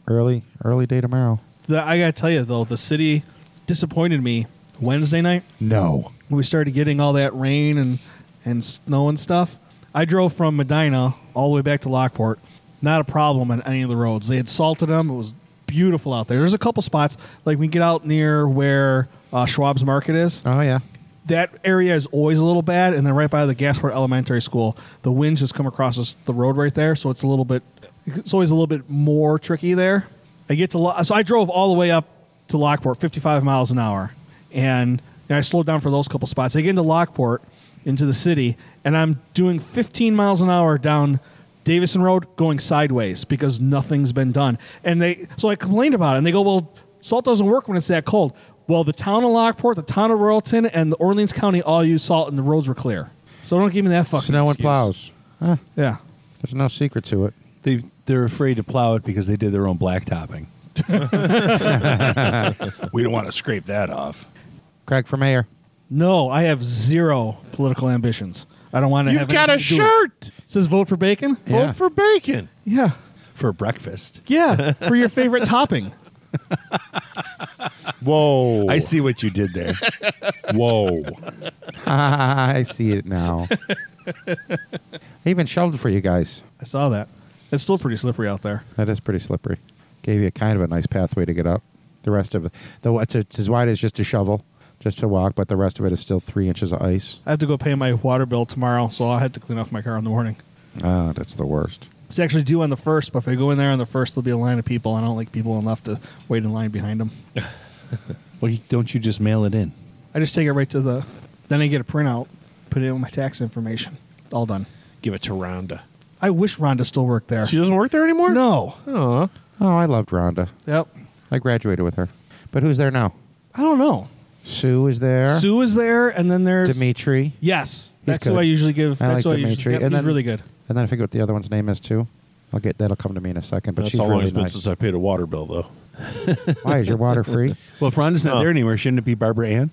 S2: early, early day tomorrow.
S5: The, I gotta tell you though, the city disappointed me Wednesday night
S2: No,
S5: when we started getting all that rain and and snow and stuff. I drove from Medina all the way back to Lockport. Not a problem on any of the roads. They had salted them. It was beautiful out there. There's a couple spots like we get out near where uh, Schwab's Market is.
S2: oh yeah,
S5: that area is always a little bad, and then right by the Gasport Elementary School, the winds just come across us- the road right there, so it's a little bit, it's always a little bit more tricky there. I get to, Lo- so I drove all the way up to Lockport, 55 miles an hour, and, and I slowed down for those couple spots. I get into Lockport, into the city, and I'm doing 15 miles an hour down Davison Road going sideways because nothing's been done. And they so I complained about it and they go, Well, salt doesn't work when it's that cold. Well, the town of Lockport, the town of Royalton, and the Orleans County all use salt and the roads were clear. So don't give me that fucking
S2: Snow and
S5: excuse.
S2: plows. Huh,
S5: Yeah.
S2: there's no secret to it.
S6: They they're afraid to plow it because they did their own blacktopping. we don't want to scrape that off.
S2: Craig for mayor.
S5: No, I have zero political ambitions. I don't want to have anything to do with- says vote for bacon?
S2: Vote Yeah.
S4: for bacon.
S5: Yeah.
S6: for breakfast.
S5: Yeah. For your favorite topping.
S4: Whoa.
S6: I see what you did there.
S4: Whoa.
S2: I see it now. I even shoved for you guys.
S5: I saw that. It's still pretty slippery out there.
S2: That is pretty slippery. Gave you kind of a nice pathway to get up. The rest of it, though, it's, it's as wide as just a shovel, just to walk, but the rest of it is still three inches of ice.
S5: I have to go pay my water bill tomorrow, so I'll have to clean off my car in the morning.
S2: Ah, that's the worst.
S5: It's actually due on the first, but if I go in there on the first, there'll be a line of people. and I don't like people enough to wait in line behind them.
S6: well, you- don't you just mail it in?
S5: I just take it right to the. Then I get a printout, put it in with my tax information. All done.
S4: Give it to Rhonda.
S5: I wish Rhonda still worked there.
S4: She doesn't work there anymore?
S5: no.
S4: Aw.
S2: Oh, I loved Rhonda.
S5: Yep.
S2: I graduated with her. But who's there now?
S5: I don't know.
S2: Sue is there.
S5: Sue is there, and then there's
S2: Dimitri.
S5: Yes, that's
S2: good.
S5: who I usually give.
S2: I
S5: that's
S2: like
S5: who I usually
S2: Dimitri.
S5: yep,
S2: And
S5: he's
S2: then-
S5: really good.
S2: And then I forget what the other one's name is too. I'll get that'll come to me in a second. But
S4: That's
S2: she's
S4: how long
S2: really
S4: it's been
S2: nice.
S4: since I paid a water bill, though.
S2: Why is your water free?
S6: Well, if Rhonda's not
S4: No.
S6: there anymore, shouldn't it be Barbara Ann?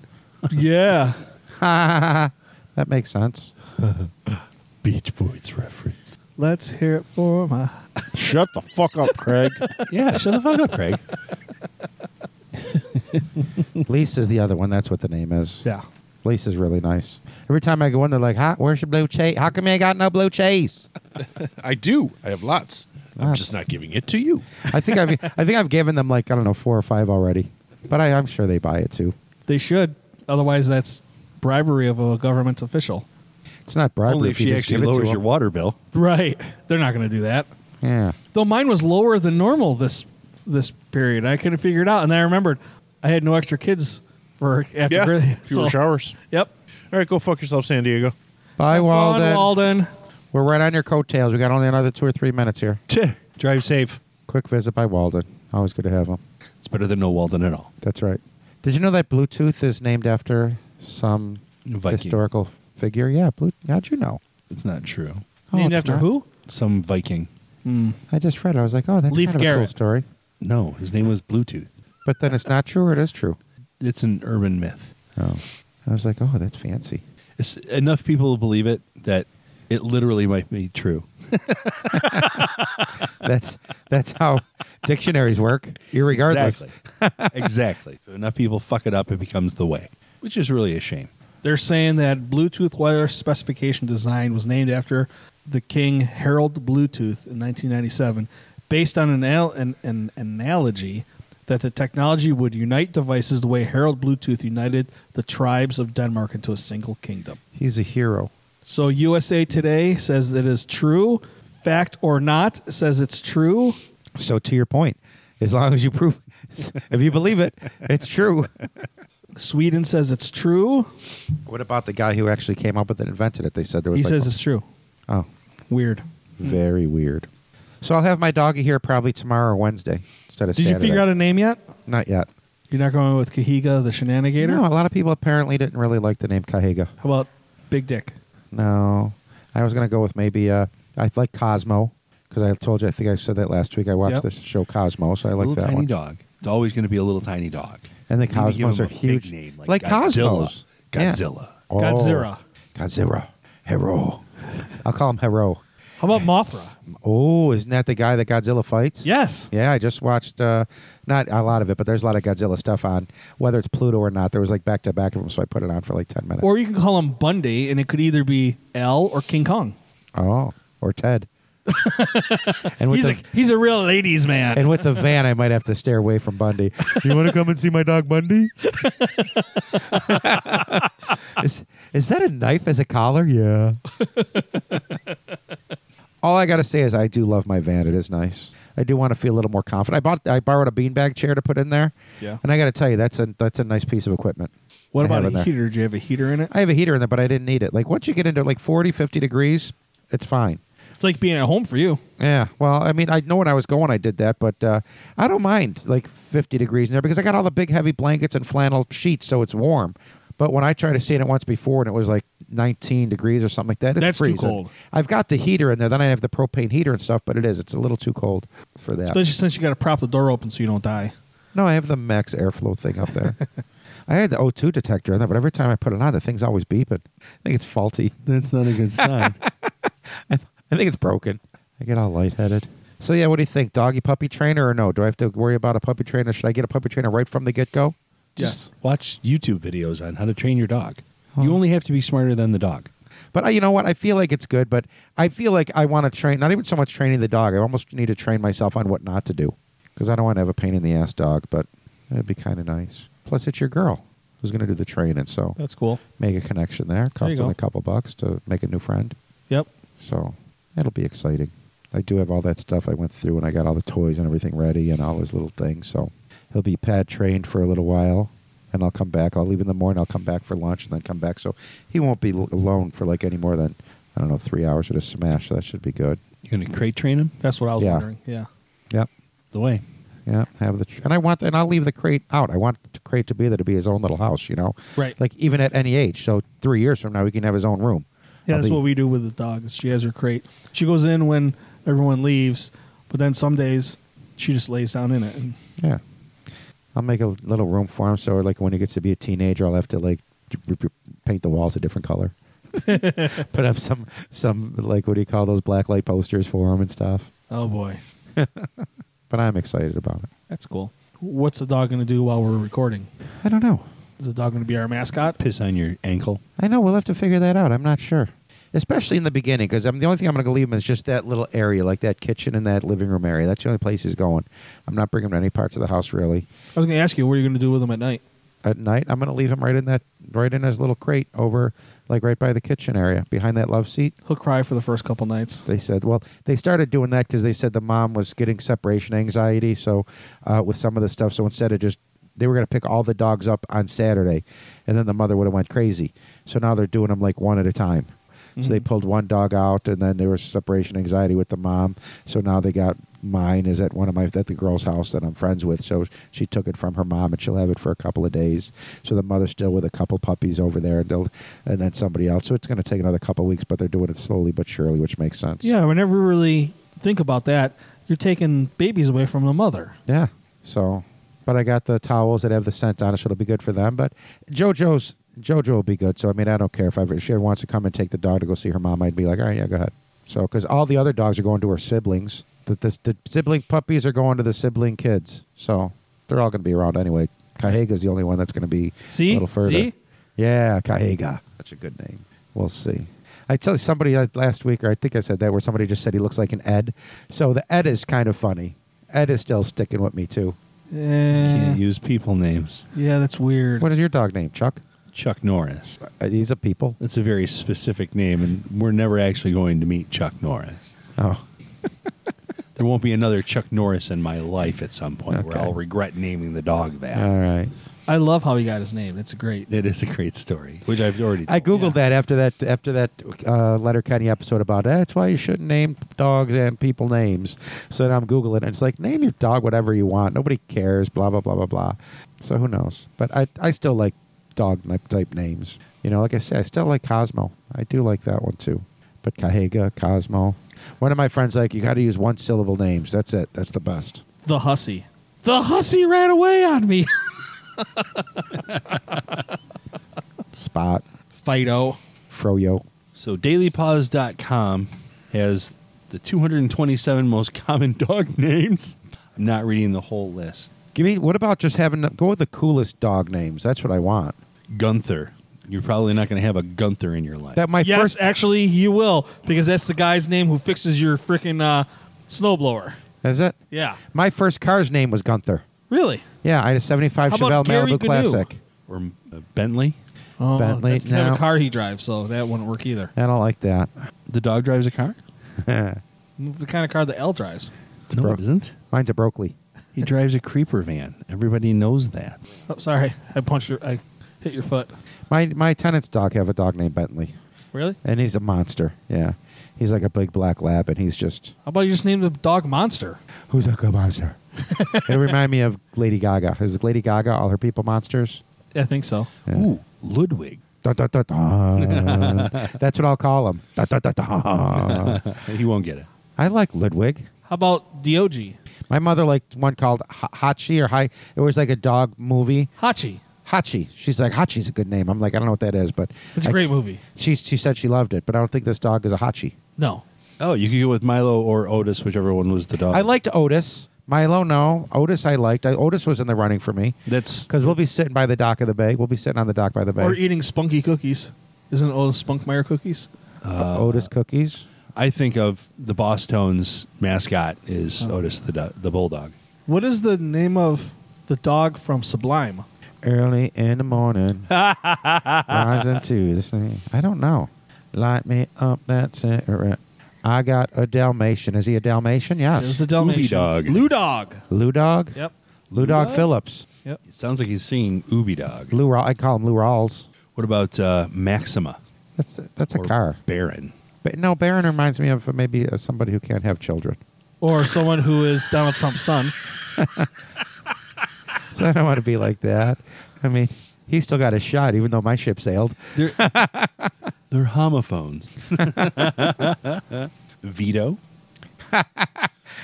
S5: yeah.
S2: That makes sense.
S4: Beach Boys reference.
S5: Let's hear it for my.
S4: Shut the fuck up, Craig.
S6: Yeah, shut the fuck up, Craig.
S2: Lisa's the other one. That's what the name is.
S5: Yeah.
S2: Lisa's really nice. Every time I go in, they're like, "Huh? Where's your blue cheese? How come you ain't got no blue cheese?"
S4: I do. I have lots. I'm
S2: Lots.
S4: just not giving it to you.
S2: I think I've I think I've given them like I don't know four or five already, but I, I'm sure they buy it too.
S5: They should. Otherwise, that's bribery of a government official.
S2: It's not bribery.
S6: Only if
S2: if you
S6: she
S2: just
S6: actually
S2: give it to
S6: lowers your
S2: them.
S6: water bill.
S5: Right. They're not going to do that.
S2: Yeah.
S5: Though mine was lower than normal this this period. I couldn't figure it out, and I remembered I had no extra kids for after
S4: Yeah.
S5: birth-
S4: Fewer
S5: so-
S4: showers.
S5: Yep.
S4: All right, go fuck yourself, San Diego.
S2: Bye, Walden.
S5: Fun, Walden.
S2: We're right on your coattails. We got only another two or three minutes here.
S6: Drive safe.
S2: Quick visit by Walden. Always good to have him.
S6: It's better than no Walden at all.
S2: That's right. Did you know that Bluetooth is named after some
S6: Viking.
S2: historical figure? Yeah, Blue. How'd you know?
S6: It's not true.
S2: Oh,
S5: Named
S2: it's
S5: after
S2: not.
S5: who?
S6: Some Viking.
S2: I just read. it. I was like, oh, that's
S5: Leif
S2: kind of a cool
S5: Garrett.
S2: story.
S6: No, his name was Bluetooth.
S2: But then it's not true, or it is true.
S6: It's an urban myth.
S2: Oh, I was like, oh, that's fancy.
S6: It's enough people believe it that it literally might be true.
S2: That's that's how dictionaries work, irregardless.
S6: Exactly. exactly. If enough people fuck it up, it becomes the way, which is really a shame.
S5: They're saying that Bluetooth wire specification design was named after the King Harold Bluetooth in 1997, based on an, al- an, an analogy that the technology would unite devices the way Harold Bluetooth united the tribes of Denmark into a single kingdom.
S2: He's a hero.
S5: So USA Today says it is true. Fact or not says it's true.
S2: So to your point, as long as you prove, if you believe it, it's true.
S5: Sweden says it's true.
S2: What about the guy who actually came up with it, invented it? They said there was.
S5: He
S2: like,
S5: says it's true.
S2: Oh,
S5: Weird.
S2: very weird. So I'll have my doggy here probably tomorrow or Wednesday instead of.
S5: Did you
S2: Saturday.
S5: figure out a name yet?
S2: Not yet.
S5: You're not going with Kahiga the Shenanigator?
S2: No, a lot of people apparently didn't really like the name Cahiga.
S5: How about Big Dick?
S2: No, I was gonna go with maybe. Uh, I like Cosmo because I told you. I think I said that last week. I watched
S5: Yep.
S2: this show Cosmo, so I like
S6: little
S2: that
S6: tiny
S2: one.
S6: dog. It's always going to be a little tiny dog.
S2: And the
S6: You can give
S2: Cosmos
S6: him
S2: are
S6: a big
S2: huge.
S6: name, like,
S2: Like
S6: Godzilla.
S2: Cosmos. Yeah.
S6: Godzilla.
S2: Oh.
S5: Godzilla.
S2: Godzilla. Hero. I'll call him Hero.
S5: How about Mothra?
S2: Oh, isn't that the guy that Godzilla fights?
S5: Yes.
S2: Yeah, I just watched uh, not a lot of it, but there's a lot of Godzilla stuff on, whether it's Pluto or not. There was like back to back of them, so I put it on for like ten minutes.
S5: Or you can call him Bundy, and it could either be L or King Kong.
S2: oh, or Ted. and with
S5: He's
S2: the,
S5: a he's a real ladies man.
S2: and with the van, I might have to stay away from Bundy. You want to come and see my dog Bundy? is, is that a knife as a collar? Yeah. All I gotta say is I do love my van. It is nice. I do want to feel a little more confident. I bought I borrowed a beanbag chair to put in there.
S5: Yeah.
S2: And I gotta tell you, that's a that's a nice piece of equipment.
S5: what
S2: I have
S5: about
S2: in
S5: a
S2: there.
S5: heater? Do you have a heater in it?
S2: I have a heater in there, but I didn't need it. Like once you get into like 40, 50 degrees, it's fine.
S5: It's like being at home for you.
S2: Yeah. Well, I mean, I know when I was going, I did that, but uh, I don't mind like 50 degrees in there because I got all the big heavy blankets and flannel sheets, so it's warm. But when I tried to stay in it once before and it was like 19 degrees or something like that, it's
S5: That's too
S2: freezing.
S5: cold.
S2: I've got the heater in there. Then I have the propane heater and stuff, but it is. It's a little too cold for that.
S5: Especially since you got to prop the door open so you don't die.
S2: No, I have the max airflow thing up there. I had the O2 detector in there, but every time I put it on, the thing's always beeping. I think it's faulty.
S3: That's not a good sign.
S2: I think it's broken. I get all lightheaded. So yeah, what do you think? Doggy puppy trainer or no? Do I have to worry about a puppy trainer? Should I get a puppy trainer right from the get go?
S6: Just watch YouTube videos on how to train your dog. You only have to be smarter than the dog.
S2: But I, you know what? I feel like it's good, but I feel like I want to train, not even so much training the dog. I almost need to train myself on what not to do because I don't want to have a pain in the ass dog, but it'd be kind of nice. Plus, it's your girl who's going to do the training, so
S5: That's cool.
S2: make a connection there. Cost
S5: go.
S2: only a couple bucks to make a new friend.
S5: Yep.
S2: So it'll be exciting. I do have all that stuff I went through and I got all the toys and everything ready and all his little things. So he'll be pad trained for a little while and I'll come back. I'll leave in the morning. I'll come back for lunch and then come back. So he won't be l- alone for like any more than, I don't know, three hours at a smash. So that should be good.
S6: You're going to crate train him?
S5: That's what I was
S2: Yeah.
S5: wondering. Yeah.
S2: Yep.
S6: The way.
S2: Yeah, have the tr- and I want and I'll leave the crate out. I want the crate to be there to be his own little house, you know.
S5: Right.
S2: Like even at any age, so three years from now he can have his own room.
S5: Yeah,
S2: I'll
S5: that's
S2: be-
S5: what we do with the dog. Is she has her crate. She goes in when everyone leaves, but then some days she just lays down in it. And
S2: Yeah. I'll make a little room for him so like when he gets to be a teenager I'll have to like d- r- r- paint the walls a different color. Put up some some like what do you call those black light posters for him and stuff.
S5: oh boy,
S2: But I'm excited about it.
S5: that's cool. What's the dog going to do while we're recording?
S2: I don't know.
S5: Is the dog going to be our mascot?
S6: Piss on your ankle.
S2: I know we'll have to figure that out. I'm not sure. Especially in the beginning, because I'm the only thing I'm going to leave him is just that little area, like that kitchen and that living room area. That's the only place he's going. I'm not bringing him to any parts of the house really.
S5: I was going to ask you what are you going to do with him at night.
S2: At night, I'm going to leave him right in that, right in his little crate over, like right by the kitchen area, behind that love seat.
S5: He'll cry for the first couple nights.
S2: They said, well, they started doing that because they said the mom was getting separation anxiety. So, uh, with some of the stuff, so instead of just they were going to pick all the dogs up on Saturday, and then the mother would have went crazy. So now they're doing them like one at a time. So they pulled one dog out, and then there was separation anxiety with the mom. So now they got mine is at one of my at the girl's house that I'm friends with. So she took it from her mom, and she'll have it for a couple of days. So the mother's still with a couple puppies over there, and, they'll- and then somebody else. So it's going to take another couple of weeks, but they're doing it slowly but surely, which makes sense.
S5: Yeah, whenever we really think about that, you're taking babies away from the mother.
S2: Yeah. So, but I got the towels that have the scent on it, so it'll be good for them. But JoJo's JoJo will be good. So I mean, I don't care if, I, if she ever wants to come and take the dog to go see her mom. I'd be like, all right, yeah, go ahead. So, because all the other dogs are going to her siblings. The, the, the sibling puppies are going to the sibling kids. So they're all going to be around anyway. Cahega's the only one that's going to be
S5: See?
S2: a little further.
S5: See?
S2: Yeah, Cahega. That's a good name. We'll see. I tell somebody uh, last week, or I think I said that, where somebody just said he looks like an Ed. So the Ed is kind of funny. Ed is still sticking with me too.
S5: Yeah,
S2: Eh.
S6: Can't use people names.
S5: Eh, yeah that's weird.
S2: What is your dog name, Chuck?
S6: Chuck Norris.
S2: Uh, he's a people.
S6: That's a very specific name, and we're never actually going to meet Chuck Norris.
S2: Oh,
S6: There won't be another Chuck Norris in my life at some point where
S2: Okay.
S6: I'll regret naming the dog that.
S2: all right.
S5: I love how he got his name. It's great.
S6: It is a great story, which I've already.
S2: I
S6: told.
S2: googled that after that after that uh, Letter Kenny episode about that's why you shouldn't name dogs and people names. So now I'm googling, it, and it's like name your dog whatever you want. Nobody cares. Blah blah blah blah blah. So who knows? But I I still like dog ni- type names. You know, like I said, I still like Cosmo. I do like that one too. But Cahega, Cosmo. One of my friends like you got to use one syllable names. That's it. That's the best.
S5: The hussy. The hussy ran away on me.
S2: Spot,
S5: Fido.
S2: Froyo.
S6: So dailypause.com has the 227 most common dog names. I'm not reading the whole list.
S2: Give me. What about just having go with the coolest dog names? That's what I want.
S6: Gunther. You're probably not going to have a Gunther in your life.
S2: That my
S5: yes,
S2: first
S5: actually, you will because that's the guy's name who fixes your freaking uh, snowblower.
S2: is it.
S5: Yeah,
S2: My first car's name was Gunther.
S5: really.
S2: Yeah, I had a 75
S5: How
S2: Chevelle
S5: about Gary
S2: Malibu
S5: Gnu?
S2: Classic.
S6: or uh, Bentley.
S5: Oh,
S2: Bentley,
S5: that's the kind
S2: no.
S5: of car he drives, so that wouldn't work either.
S2: I don't like that.
S6: The dog drives a car?
S5: The kind of car that L drives.
S6: no,
S2: bro-
S6: it isn't.
S2: Mine's a Broccoli.
S6: He drives a creeper van. Everybody knows that.
S5: Oh, sorry, I punched your, I hit your foot.
S2: My my tenant's dog have a dog named Bentley,
S5: Really?
S2: and he's a monster. Yeah, He's like a big black lab, and he's just
S5: How about you just name the dog Monster?
S2: who's a good monster. it remind me of Lady Gaga. Is Lady Gaga all her people monsters?
S5: I think so.
S2: Yeah.
S6: Ooh, Ludwig.
S2: Dun, dun, dun, dun. That's what I'll call him. Dun, dun, dun, dun.
S6: He won't get it.
S2: I like Ludwig.
S5: How about Diogi?
S2: My mother liked one called H- Hachi or Hi. It was like a dog movie.
S5: Hachi.
S2: Hachi. She's like Hachi's a good name. I'm like I don't know what that is, but
S5: It's a
S2: I-
S5: great movie.
S2: She she said she loved it, but I don't think this dog is a Hachi.
S5: No.
S6: Oh, you could go with Milo or Otis, whichever one was the dog.
S2: I liked Otis. Milo, no. Otis, I liked. I, Otis was in the running for me
S6: that's
S2: because we'll be sitting by the dock of the bay. We'll be sitting on the dock by the bay.
S5: Or eating spunky cookies. Isn't it all Spunkmeyer cookies?
S2: Uh, Otis cookies.
S6: I think of the Boss Tones mascot is
S2: Oh.
S6: Otis the do- the bulldog.
S5: What is the name of the dog from Sublime?
S2: Early in the morning, rising to the sun. I don't know. Light me up that cigarette. I got a Dalmatian. Is he a Dalmatian? Yes.
S5: It was a Dalmatian.
S6: Ubi dog.
S5: Lou Dog.
S2: Lou Dog.
S5: Yep.
S2: Lou Dog Phillips.
S5: Yep.
S6: It sounds like he's singing Ubi dog.
S2: Lou. Ra- I call him Lou Rawls.
S6: What about uh, Maxima?
S2: That's that's a
S6: or
S2: car.
S6: Baron.
S2: But no, Baron reminds me of maybe uh, somebody who can't have children.
S5: Or someone who is Donald Trump's son.
S2: So I don't want to be like that. I mean, he still got a shot, even though my ship sailed.
S6: They're, they're homophones. Vito.
S2: I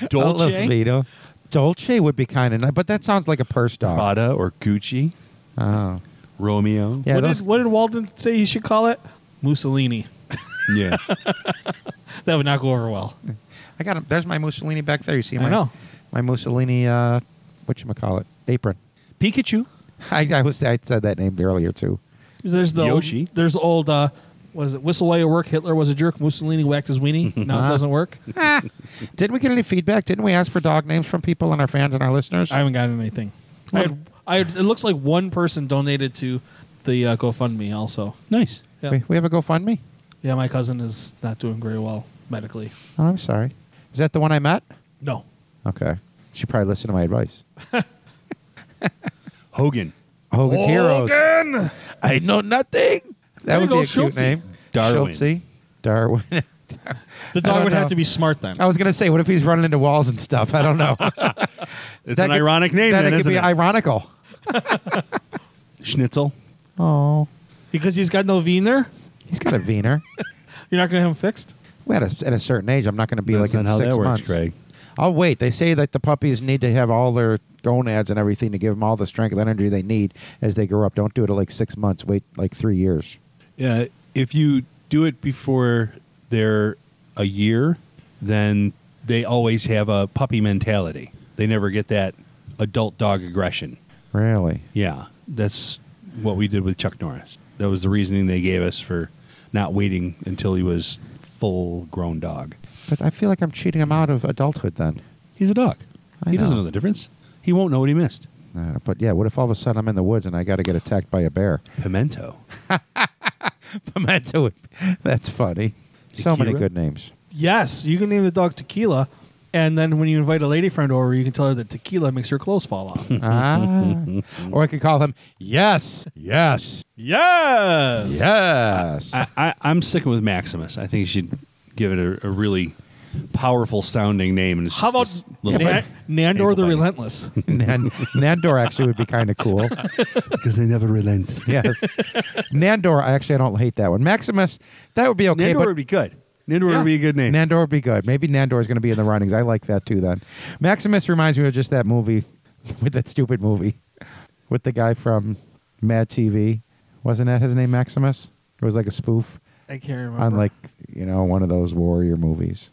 S2: love
S6: Dolce.
S2: Vito. Dolce would be kind of nice, but that sounds like a purse dog.
S6: Prada or Gucci.
S2: Oh,
S6: Romeo.
S2: yeah.
S5: what,
S2: those-
S5: did, what did Walden say he should call it? Mussolini.
S6: Yeah.
S5: That would not go over well.
S2: I got him. There's my Mussolini back there. You see
S5: I
S2: my
S5: know.
S2: my Mussolini. Uh, what you call it? Apron.
S6: Pikachu.
S2: I, I was I said that name earlier too.
S5: There's the
S6: Yoshi.
S5: Old, there's the old. Uh, what is it? Whistle while you work. Hitler was a jerk. Mussolini whacked his weenie. Now it doesn't work.
S2: Didn't we get any feedback? Didn't we ask for dog names from people and our fans and our listeners?
S5: I haven't gotten anything. I had, I had, it looks like one person donated to the uh, GoFundMe. Also,
S6: Nice.
S5: yeah,
S2: we, we have a GoFundMe.
S5: yeah. My cousin is not doing very well medically.
S2: Oh, I'm sorry. Is that the one I met?
S5: No,
S2: Okay. She probably listened to my advice.
S6: Hogan.
S2: Hogan's Heroes. I know nothing.
S5: There
S2: That would
S5: you
S2: be
S5: go,
S2: a cute
S5: Schultze.
S2: name.
S6: Darwin.
S2: Schultze. Darwin.
S5: the
S2: I
S5: dog
S2: don't
S5: would
S2: know.
S5: have to be smart then.
S2: I was gonna say, what if he's running into walls and stuff? I don't know.
S6: It's
S2: That
S6: an
S2: could-
S6: ironic name,
S2: that
S6: then,
S2: could
S6: isn't
S2: be
S6: it?
S2: ironical.
S6: Schnitzel.
S2: Oh,
S5: Because he's got no wiener.
S2: he's got a wiener.
S5: You're not gonna have him fixed.
S2: At a, at a certain age, I'm not going to be
S6: That's
S2: like in
S6: not how
S2: six
S6: that works,
S2: months.
S6: Greg.
S2: I'll wait. They say that the puppies need to have all their gonads and everything to give them all the strength and energy they need as they grow up. Don't do it at like six months. Wait like three years.
S6: Yeah, if you do it before they're a year, then they always have a puppy mentality. They never get that adult dog aggression.
S2: Really?
S6: Yeah, that's what we did with Chuck Norris. That was the reasoning they gave us for not waiting until he was full grown dog.
S2: But I feel like I'm cheating them out of adulthood then.
S6: He's a dog.
S2: I
S6: he doesn't
S2: know.
S6: know the difference. He won't know what he missed.
S2: Uh, but yeah, what if all of a sudden I'm in the woods and I got to get attacked by a bear?
S6: Pimento.
S2: Pimento. That's funny. So many
S6: Akira?
S2: good names.
S5: Yes, you can name the dog Tequila, and then when you invite a lady friend over, you can tell her that Tequila makes your clothes fall off.
S2: ah. Or I could call him Yes, Yes,
S5: yes.
S2: Yes.
S6: I, I, I'm sticking with Maximus. I think you should give it a, a really powerful sounding name. And it's
S5: How about
S6: just this little
S5: Na-
S6: bit.
S5: Nandor the
S6: ankle-biting.
S5: Relentless?
S2: Nan- Nandor actually would be kind of cool.
S6: because they never relent.
S2: Yes. Nandor, I actually I don't hate that one. Maximus, that would be okay,
S6: Nandor
S2: but
S6: would be good. Nandor
S5: Yeah.
S6: would be a good name.
S2: Nandor would be good. Maybe Nandor is going to be in the runnings. I like that too. Then Maximus reminds me of just that movie with that stupid movie with the guy from Mad TV. Wasn't that his name, Maximus? It was like a spoof
S5: I can't remember.
S2: on like you know one of those warrior movies.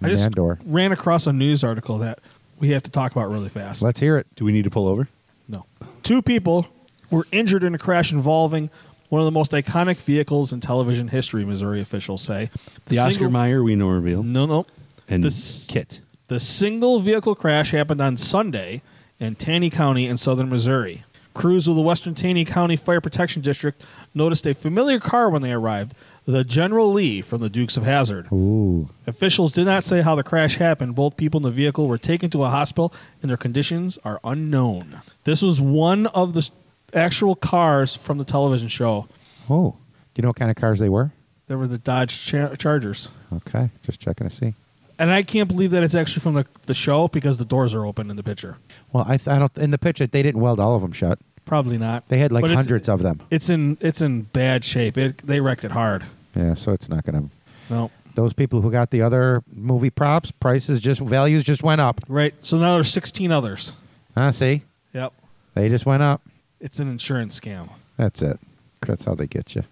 S5: I just
S2: Nandor.
S5: ran across a news article that we have to talk about really fast.
S2: Let's hear it.
S6: Do we need to pull over?
S5: No. Two people were injured in a crash involving one of the most iconic vehicles in television history, Missouri officials say.
S6: The Oscar
S5: single-
S6: Mayer we know reveal
S5: No, no.
S6: and
S5: the s-
S6: Kit.
S5: The single vehicle crash happened on Sunday in Taney County in southern Missouri. Crews of the Western Taney County Fire Protection District noticed a familiar car when they arrived, the General Lee from the Dukes of Hazard.
S2: Ooh,
S5: Officials did not say how the crash happened. Both people in the vehicle were taken to a hospital, and their conditions are unknown. This was one of the s- actual cars from the television show.
S2: oh. Do you know what kind of cars they were?
S5: They were the Dodge Char- Chargers.
S2: Okay, just checking to see.
S5: And I can't believe that it's actually from the, the show because the doors are open in the picture.
S2: Well, I, th- I don't in the picture they didn't weld all of them shut.
S5: Probably not.
S2: They had like
S5: But it's-
S2: hundreds of them.
S5: It's in it's in bad shape. It, they wrecked it hard.
S2: Yeah, so it's not gonna.
S5: No.
S2: Those people who got the other movie props, prices just values just went up.
S5: Right. So now there's 16 others.
S2: Huh, see,
S5: Yep.
S2: they just went up.
S5: It's an insurance scam.
S2: That's it. That's how they get you.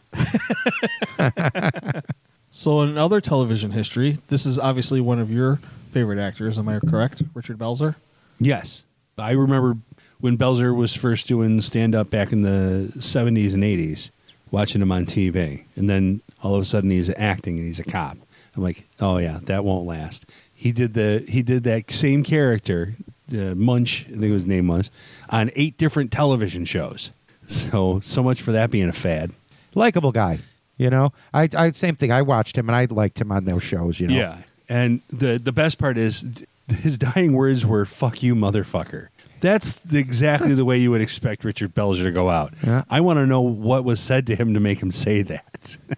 S5: So in other television history, this is obviously one of your favorite actors. Am I correct, Richard Belzer?
S6: Yes. I remember when Belzer was first doing stand up back in the 70s and 80s, watching him on TV. And then all of a sudden he's acting and he's a cop. I'm like, oh yeah, that won't last. He did the he did that same character, uh, Munch, I think his name was, on eight different television shows. So so much for that being a fad.
S2: Likeable guy. You know, I, I same thing. I watched him and I liked him on those shows. You know,
S6: Yeah. And the the best part is th- his dying words were "fuck you, motherfucker." That's the, exactly the way you would expect Richard Belzer to go out.
S2: Yeah.
S6: I want to know what was said to him to make him say that,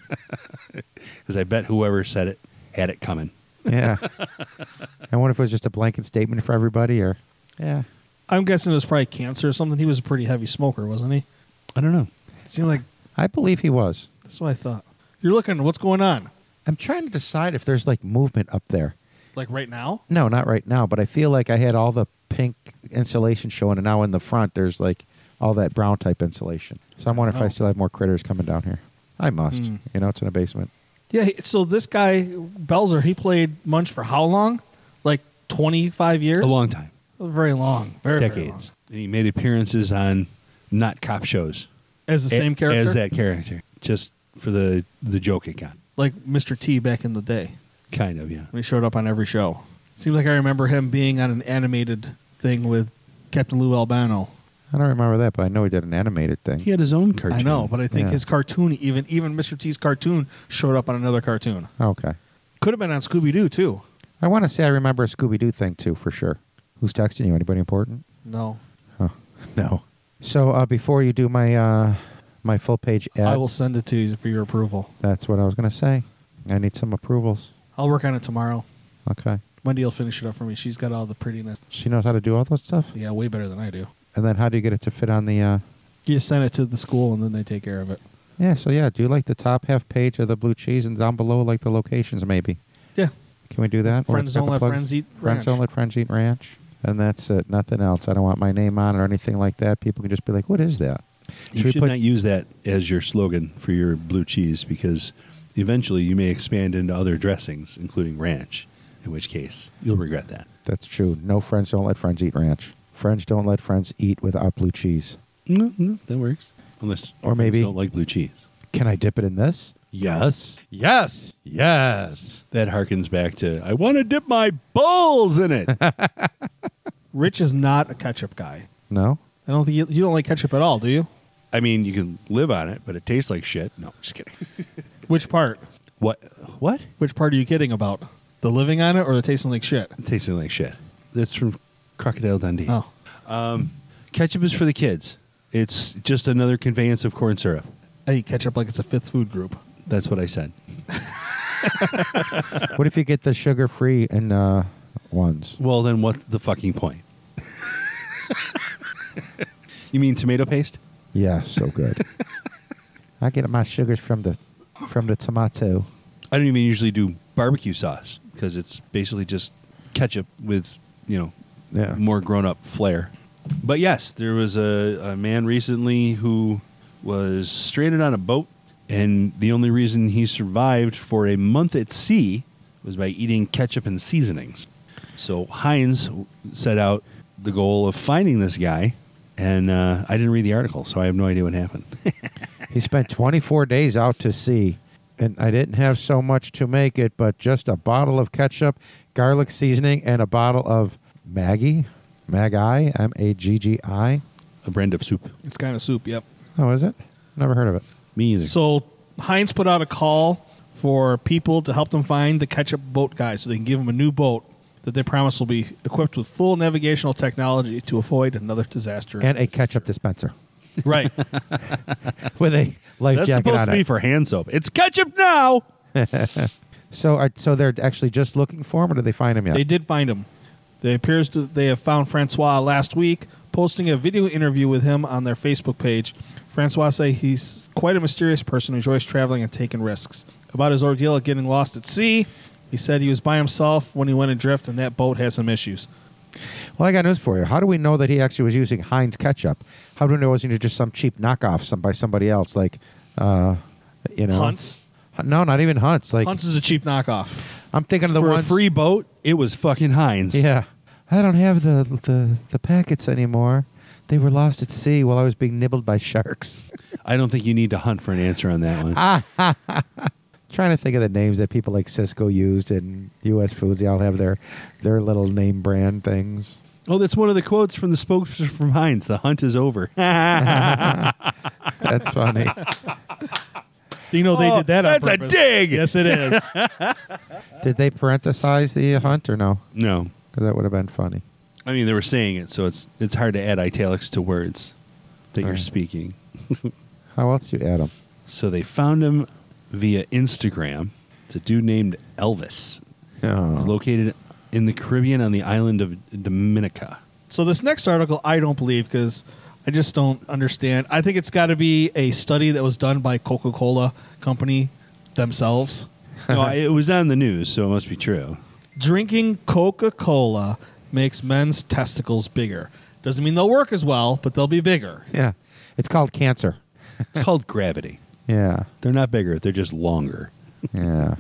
S6: because I bet whoever said it had it coming.
S2: yeah. I wonder if it was just a blanket statement for everybody, or yeah.
S5: I'm guessing it was probably cancer or something. He was a pretty heavy smoker, wasn't he?
S6: I don't know.
S5: It seemed like
S2: I believe he was.
S5: that's what I thought. You're looking. What's going on?
S2: I'm trying to decide if there's like movement up there.
S5: Like right now?
S2: No, not right now, but I feel like I had all the pink insulation showing, and now in the front there's like all that brown type insulation. So I'm wondering if I
S5: Oh.
S2: still have more critters coming down here. I must.
S5: Mm.
S2: You know, it's in a basement.
S5: Yeah. he- So this guy Belzer, he played Munch for how long? Like 25 years.
S6: A long time,
S5: Very long. Very very
S6: decades,
S5: long.
S6: and he made appearances on not cop shows
S5: As the
S6: A-
S5: same character
S6: as that character, just for the the joke it got.
S5: like Mr. T back in the day.
S6: Kind of, yeah.
S5: when he showed up on every show. Seems like I remember him being on an animated thing with Captain Lou Albano.
S2: I don't remember that, but I know he did an animated thing.
S6: He had his own cartoon.
S5: I know, but I think
S2: Yeah.
S5: his cartoon, even even Mr. T's cartoon, showed up on another cartoon.
S2: Okay.
S5: Could have been on Scooby Doo too.
S2: I want to say I remember a Scooby Doo thing too, for sure. Who's texting you? Anybody important?
S5: No,
S2: Huh. No. So uh, before you do my uh, my full page ad,
S5: I will send it to you for your approval.
S2: that's what I was going to say. I need some approvals.
S5: I'll work on it tomorrow.
S2: Okay.
S5: Wendy will finish it up for me. She's got all the prettiness.
S2: She knows how to do all that stuff.
S5: Yeah, way better than I do.
S2: And then how do you get it to fit on the? Uh,
S5: You just send it to the school, and then they take care of it.
S2: yeah. So yeah, do you like the top half page of the blue cheese and down below like the locations maybe?
S5: Yeah,
S2: Can we do that? Or
S5: Friends
S2: it's got
S5: don't
S2: the
S5: let
S2: plugs?
S5: friends eat
S2: Friends
S5: ranch.
S2: don't let friends eat ranch. And that's it. Nothing else. I don't want my name on it or anything like that. People can just be like, "What is that?"
S6: You should not use that as your slogan for your blue cheese because eventually you may expand into other dressings, including ranch, in which case you'll regret that.
S2: That's true. No friends don't let friends eat ranch. Friends don't let friends eat without blue cheese.
S6: No, no, that works. Unless
S2: Or
S6: friends
S2: maybe-
S6: don't like blue cheese.
S2: Can I dip it in this?
S6: Yes.
S2: Yes. Yes.
S6: That harkens back to I want to dip my balls in it.
S5: Rich is not a ketchup guy.
S2: No.
S5: I don't think you, you don't like ketchup at all, do you?
S6: I mean, you can live on it, but it tastes like shit. No, just kidding.
S5: Which part?
S6: What? What?
S5: Which part are you kidding about? The living on it or the tasting like shit?
S6: tasting like shit. That's from Crocodile Dundee.
S5: Oh.
S6: Ketchup is for the kids. It's just another conveyance of corn syrup.
S5: I eat ketchup like it's a fifth food group.
S6: That's what I said.
S2: what if you get the sugar-free and uh, ones?
S6: Well, then what the fucking point? you mean tomato paste?
S2: Yeah, so good. I get my sugars from the from the tomato.
S6: I don't even usually do barbecue sauce because it's basically just ketchup with, you know,
S2: Yeah.
S6: more grown up flair. But yes, there was a, a man recently who was stranded on a boat, and the only reason he survived for a month at sea was by eating ketchup and seasonings. So Heinz set out the goal of finding this guy, and uh, I didn't read the article, so I have no idea what happened.
S2: He spent 24 days out to sea, and I didn't have so much to make it, but just a bottle of ketchup, garlic seasoning, and a bottle of Maggie, Maggi, M A G G I.
S6: a brand of soup.
S5: It's kind of soup, yep.
S2: Oh, is it? Never heard of it.
S6: Me either.
S5: So Heinz put out a call for people to help them find the ketchup boat guy so they can give them a new boat that they promise will be equipped with full navigational technology to avoid another disaster.
S2: And a ketchup dispenser.
S5: Right.
S2: with a life
S6: That's
S2: jacket
S6: supposed
S2: on
S6: to
S2: it.
S6: be for hand soap. It's ketchup now.
S2: so, are, so they're actually just looking for him, or did they find him yet?
S5: They did find him. They appears to they have found Francois last week, posting a video interview with him on their Facebook page. Francois say he's quite a mysterious person who enjoys traveling and taking risks. About his ordeal of getting lost at sea, he said he was by himself when he went adrift, and that boat had some issues.
S2: Well, I got news for you. How do we know that he actually was using Heinz ketchup? How do we know it wasn't just some cheap knockoff some by somebody else, like, uh, you know,
S5: Hunts.
S2: No, not even Hunts. Like
S5: Hunts is a cheap knockoff.
S2: I'm thinking of the
S6: for
S2: ones.
S6: a free boat, it was fucking Heinz.
S2: Yeah, I don't have the, the the packets anymore. They were lost at sea while I was being nibbled by sharks.
S6: I don't think you need to hunt for an answer on that one.
S2: Trying to think of the names that people like Cisco used and U.S. Foods. They all have their their little name brand things.
S6: oh, that's one of the quotes from the spokesperson from Heinz. The hunt is over.
S2: That's funny.
S5: You know they
S6: Oh,
S5: did that. On
S6: that's a
S5: purpose.
S6: dig!
S5: Yes, it is.
S2: Did they parenthesize the hunt or no?
S6: no,
S2: Because that would have been funny.
S6: I mean they were saying it, so it's it's hard to add italics to words that you're
S2: Right.
S6: speaking.
S2: How else do you add them?
S6: So they found him via Instagram. It's a dude named Elvis. He's located in the Caribbean on the island of Dominica.
S5: So this next article, I don't believe because I just don't understand. I think it's got to be a study that was done by Coca Cola Company themselves.
S6: no, I- it was on the news, so it must be true.
S5: Drinking Coca Cola makes men's testicles bigger. Doesn't mean they'll work as well, but they'll be bigger.
S2: Yeah. It's called cancer.
S6: It's called gravity.
S2: Yeah.
S6: They're not bigger; they're just longer.
S2: Yeah.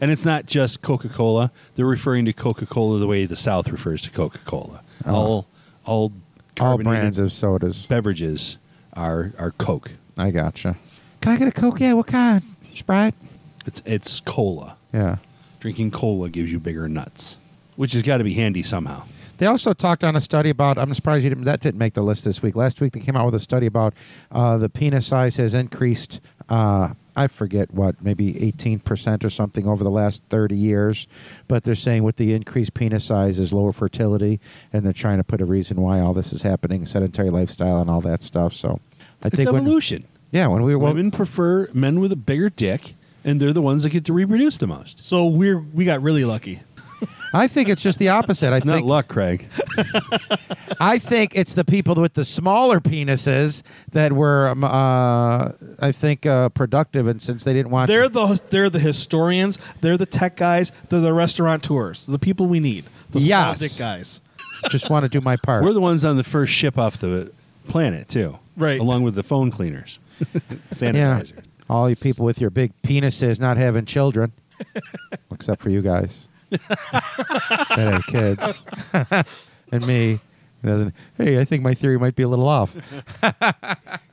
S6: And it's not just Coca Cola. They're referring to Coca Cola the way the South refers to Coca Cola. All all
S2: Uh-huh. All
S6: carbonated
S2: brands of sodas.
S6: beverages are are Coke.
S2: I gotcha. Can I get a Coke? Yeah, what kind? Sprite?
S6: It's it's cola.
S2: Yeah.
S6: Drinking cola gives you bigger nuts, which has got to be handy somehow.
S2: They also talked on a study about. I'm surprised you didn't, that didn't make the list this week. Last week they came out with a study about uh, the penis size has increased. Uh, I forget what, maybe 18 percent or something over the last 30 years. But they're saying with the increased penis size is lower fertility, and they're trying to put a reason why all this is happening, sedentary lifestyle and all that stuff. So I
S6: It's
S2: think when-
S6: evolution.
S2: yeah, when we were
S6: Women prefer men with a bigger dick, and they're the ones that get to reproduce the most. It's
S5: So we're we got really lucky.
S2: I think it's just the opposite. I
S6: not
S2: think
S6: luck, Craig.
S2: I think it's the people with the smaller penises that were, um, uh, I think, uh, productive, and since they didn't want,
S5: They're the they're the historians. They're the tech guys. They're the restaurateurs. The people we need. The
S2: Yes.
S5: small dick guys.
S2: just want to do my part.
S6: We're the ones on the first ship off the planet too,
S5: Right.
S6: Along with the phone cleaners, sanitizer.
S2: all you people with your big penises not having children, except for you guys that have kids, and me. It doesn't. Hey, I think my theory might be a little off.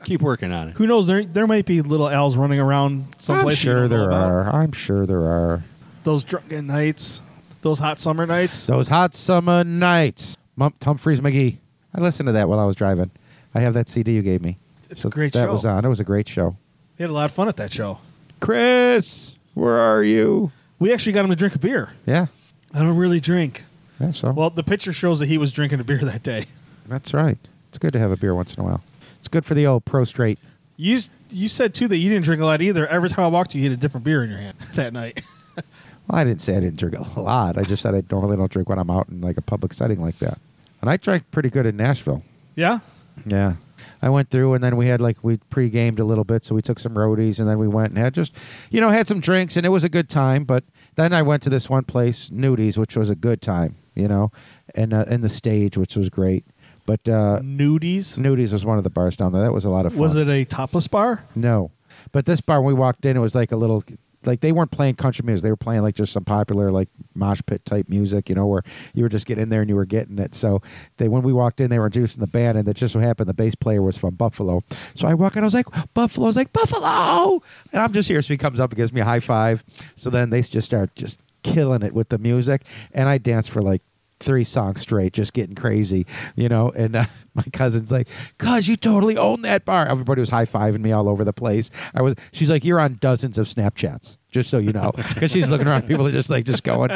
S6: Keep working on it.
S5: Who knows? There there might be little L's running around
S2: I'm
S5: someplace. you
S2: sure
S5: don't know
S2: there
S5: about.
S2: are. I'm sure there are.
S5: those drunken nights, those hot summer nights.
S2: Those hot summer nights. Mump Humphreys McGee. I listened to that while I was driving. I have that CD you gave me.
S5: It's a great
S2: that
S5: show.
S2: was on. It was a great show.
S5: We had a lot of fun at that show.
S2: Chris, where are you?
S5: We actually got him to drink a beer.
S2: Yeah.
S5: I don't really drink.
S2: Yeah, so
S5: Well, the picture shows that he was drinking a beer that day.
S2: that's right. It's good to have a beer once in a while. It's good for the old prostrate.
S5: You s- you said too that you didn't drink a lot either. Every time I walked you, you had a different beer in your hand that night.
S2: Well, I didn't say I didn't drink a lot. I just said I normally don't drink when I'm out in like a public setting like that. And I drank pretty good in Nashville.
S5: yeah,
S2: Yeah. I went through and then we had like we pre-gamed a little bit, so we took some roadies and then we went and had just you know, had some drinks and it was a good time, but then I went to this one place, Nudies, which was a good time, you know, and uh, and the stage which was great. But uh
S5: nudies.
S2: Nudies was one of the bars down there. That was a lot of fun.
S5: Was it a topless bar?
S2: No. But this bar, when we walked in, it was like a little, like they weren't playing country music. They were playing like just some popular, like mosh pit type music, you know, where you were just getting in there and you were getting it. So they, when we walked in, they were introducing the band, and it just so happened the bass player was from Buffalo. So I walk in, I was like, Buffalo. I was like, Buffalo. And I'm just here. So he comes up and gives me a high five. So then they just start just killing it with the music. And I danced for like, three songs straight, just getting crazy, you know. And uh, my cousin's like, "Cuz you totally own that bar." Everybody was high fiving me all over the place. I was. She's like, "You're on dozens of Snapchats." just so you know, because she's looking around. People are just like just going.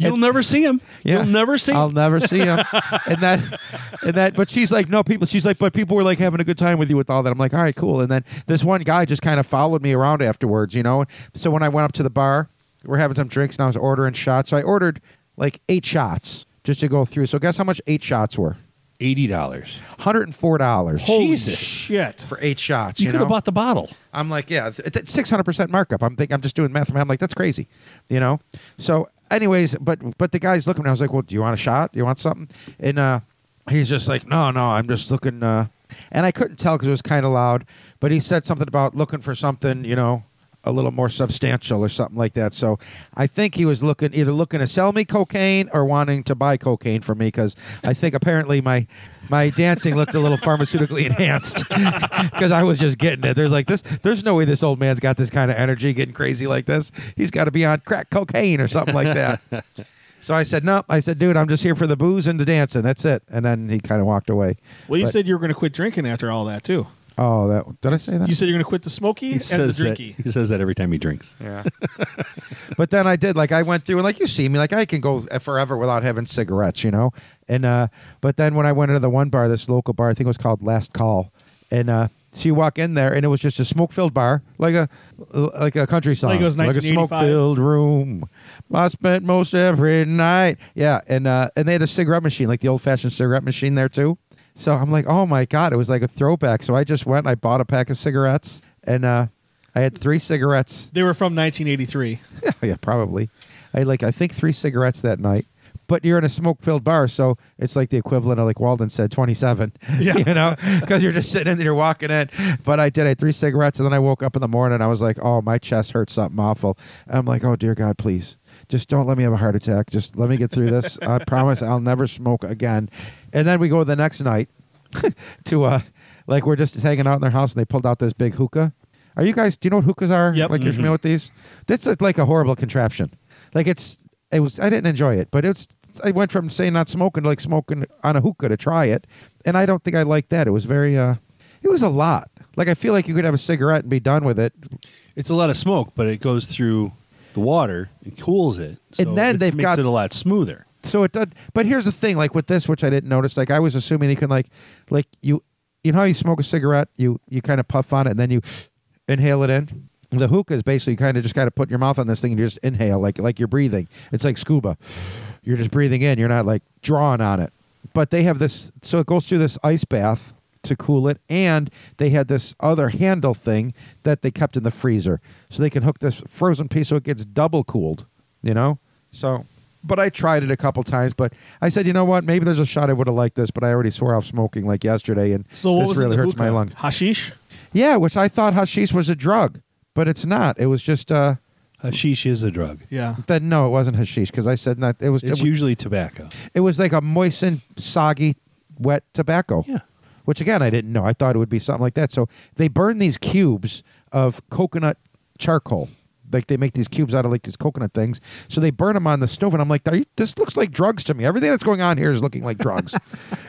S6: You'll never see him. You'll never see
S2: I'll
S6: him.
S2: never see him. and that, and that. But she's like, no, people. She's like, but people were like having a good time with you with all that. I'm like, all right, cool. And then this one guy just kind of followed me around afterwards, you know. So when I went up to the bar, we're having some drinks, and I was ordering shots. So I ordered like eight shots just to go through. So guess how much eight shots were?
S6: Eighty dollars.
S2: Hundred and four dollars
S5: Jesus. Shit.
S2: for eight shots.
S6: You,
S2: You,
S6: could
S2: know?
S6: have bought the bottle.
S2: I'm like, yeah, six hundred percent markup. I'm think I'm just doing math. in my head. I'm like, that's crazy, you know. So, anyways, but but the guy's looking. And I was like, well, do you want a shot? Do you want something? And uh, he's just like, no, no, I'm just looking. Uh, and I couldn't tell because it was kind of loud. But he said something about looking for something, you know, a little more substantial or something like that. So I think he was looking either looking to sell me cocaine or wanting to buy cocaine for me because I think apparently my my dancing looked a little pharmaceutically enhanced because I was just getting it. There's like this. There's no way this old man's got this kind of energy, getting crazy like this. He's got to be on crack cocaine or something like that. So I said, no. I said, dude, I'm just here for the booze and the dancing. That's it. And then he kind of walked away.
S5: Well, you
S2: But-
S5: said you were going to quit drinking after all that too.
S2: Oh, that did I say that?
S5: You said you're going to quit the smoky
S6: He
S5: and
S6: says
S5: the
S6: that.
S5: drinky.
S6: He says that every time he drinks.
S2: Yeah. but then I did like I went through and like you see me like I can go forever without having cigarettes, you know. And uh but then when I went into the one bar, this local bar, I think it was called Last Call, and uh so you walk in there and it was just a smoke-filled bar, like a like a country song,
S5: Like it was
S2: a
S5: 1985.
S2: smoke-filled room. I spent most every night, yeah, and uh, and they had a cigarette machine, like the old-fashioned cigarette machine there too. So I'm like, oh my god, it was like a throwback. So I just went, and I bought a pack of cigarettes, and uh, I had three cigarettes,
S5: They were from 1983.
S2: yeah, yeah, probably. I had, like I think three cigarettes that night. But you're in a smoke-filled bar, so it's like the equivalent of like Walden said, 27.
S5: Yeah.
S2: you know, because you're just sitting in there, you're walking in. But I did. I had three cigarettes, and then I woke up in the morning. and I was like, oh, my chest hurts something awful. And I'm like, oh dear God, please, just don't let me have a heart attack. Just let me get through this. I promise I'll never smoke again. And then we go the next night to uh, like we're just hanging out in their house, and they pulled out this big hookah. Are you guys? Do you know what hookahs are?
S5: Yep.
S2: Like you're familiar with these? That's a, like a horrible contraption. Like it's it was I didn't enjoy it, but it's I went from saying not smoking to like smoking on a hookah to try it, and I don't think I liked that. It was very uh, it was a lot. Like I feel like you could have a cigarette and be done with it.
S6: It's a lot of smoke, but it goes through the water and cools it. So
S2: And then
S6: it
S2: they've
S6: makes
S2: got-
S6: it a lot smoother.
S2: So it did. But here's the thing, like with this, which I didn't notice. Like I was assuming you can like like you you know how you smoke a cigarette, you you kind of puff on it and then you inhale it in. The hookah is basically kind of just kind of put your mouth on this thing and you just inhale like like you're breathing. It's like scuba. You're just breathing in. You're not like drawing on it. But they have this so it goes through this ice bath to cool it and they had this other handle thing that they kept in the freezer. So they can hook this frozen piece so it gets double cooled, you know? So but I tried it a couple times. But I said, you know what? Maybe there's a shot I would have liked this, but I already swore off smoking like yesterday, and
S5: So what
S2: this
S5: was in
S2: really
S5: the
S2: hurts my
S5: hookah?
S2: lungs.
S5: Hashish.
S2: Yeah, which I thought hashish was a drug, but it's not. It was just uh,
S6: Hashish is a drug.
S5: Yeah.
S2: that. No, it wasn't hashish because I said not. It was.
S6: It's
S2: it,
S6: usually tobacco.
S2: it was like a moistened, soggy, wet tobacco.
S6: Yeah.
S2: Which again, I didn't know. I thought it would be something like that. So they burn these cubes of coconut charcoal. Like they make these cubes out of like these coconut things. So they burn them on the stove, and I'm like, Are you, this looks like drugs to me. Everything that's going on here is looking like drugs.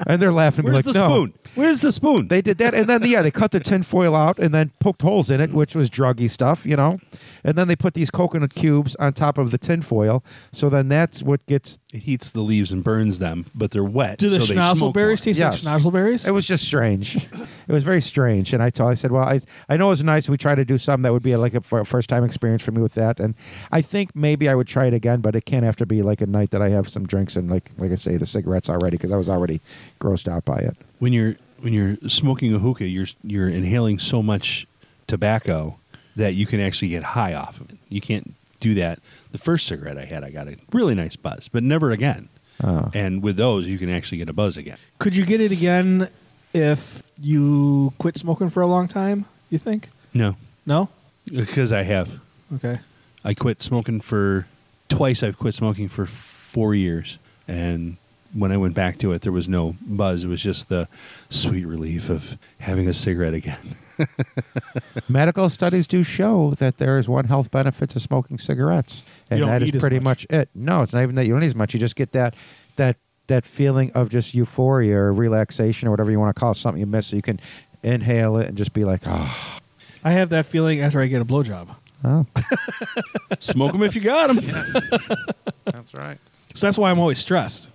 S2: and they're laughing.
S6: Where's
S2: like,
S6: the
S2: no.
S6: spoon? Where's the spoon?
S2: They did that, and then yeah, they cut the tinfoil out and then poked holes in it, which was druggy stuff, you know. And then they put these coconut cubes on top of the tinfoil, so then that's what gets
S6: it heats the leaves and burns them, but they're wet.
S5: Do the
S6: so they
S5: schnozzle
S6: smoke
S5: berries
S6: more.
S5: taste
S2: Yes.
S5: like schnozzle berries?
S2: It was just strange. It was very strange. And I told, I said, well, I, I know it was nice. We tried to do something that would be like a fir- first time experience for me with that. And I think maybe I would try it again, but it can't have to be like a night that I have some drinks and like like I say, the cigarettes already because I was already grossed out by it.
S6: when you're when you're smoking a hookah, you're you're inhaling so much tobacco that you can actually get high off of it. You can't do that. The first cigarette I had, I got a really nice buzz, but never again.
S2: Oh.
S6: And with those, you can actually get a buzz again.
S5: Could you get it again if you quit smoking for a long time? You think?
S6: No,
S5: No.
S6: because I have.
S5: Okay.
S6: I quit smoking for twice. I've quit smoking for four years, and when I went back to it, there was no buzz. It was just the sweet relief of having a cigarette again.
S2: Medical studies do show that there is one health benefit to smoking cigarettes, and
S5: You don't
S2: that
S5: eat
S2: is
S5: as
S2: pretty
S5: much.
S2: much. it. No, it's not even that you don't eat as much. You just get that that that feeling of just euphoria or relaxation or whatever you want to call it, something you miss. So you can inhale it and just be like, ah.
S5: I have that feeling after I get a blowjob.
S2: Oh,
S6: Smoke them if you got them.
S2: that's right.
S5: So that's why I'm always stressed.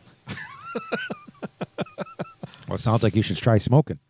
S2: Well, it sounds like you should try smoking.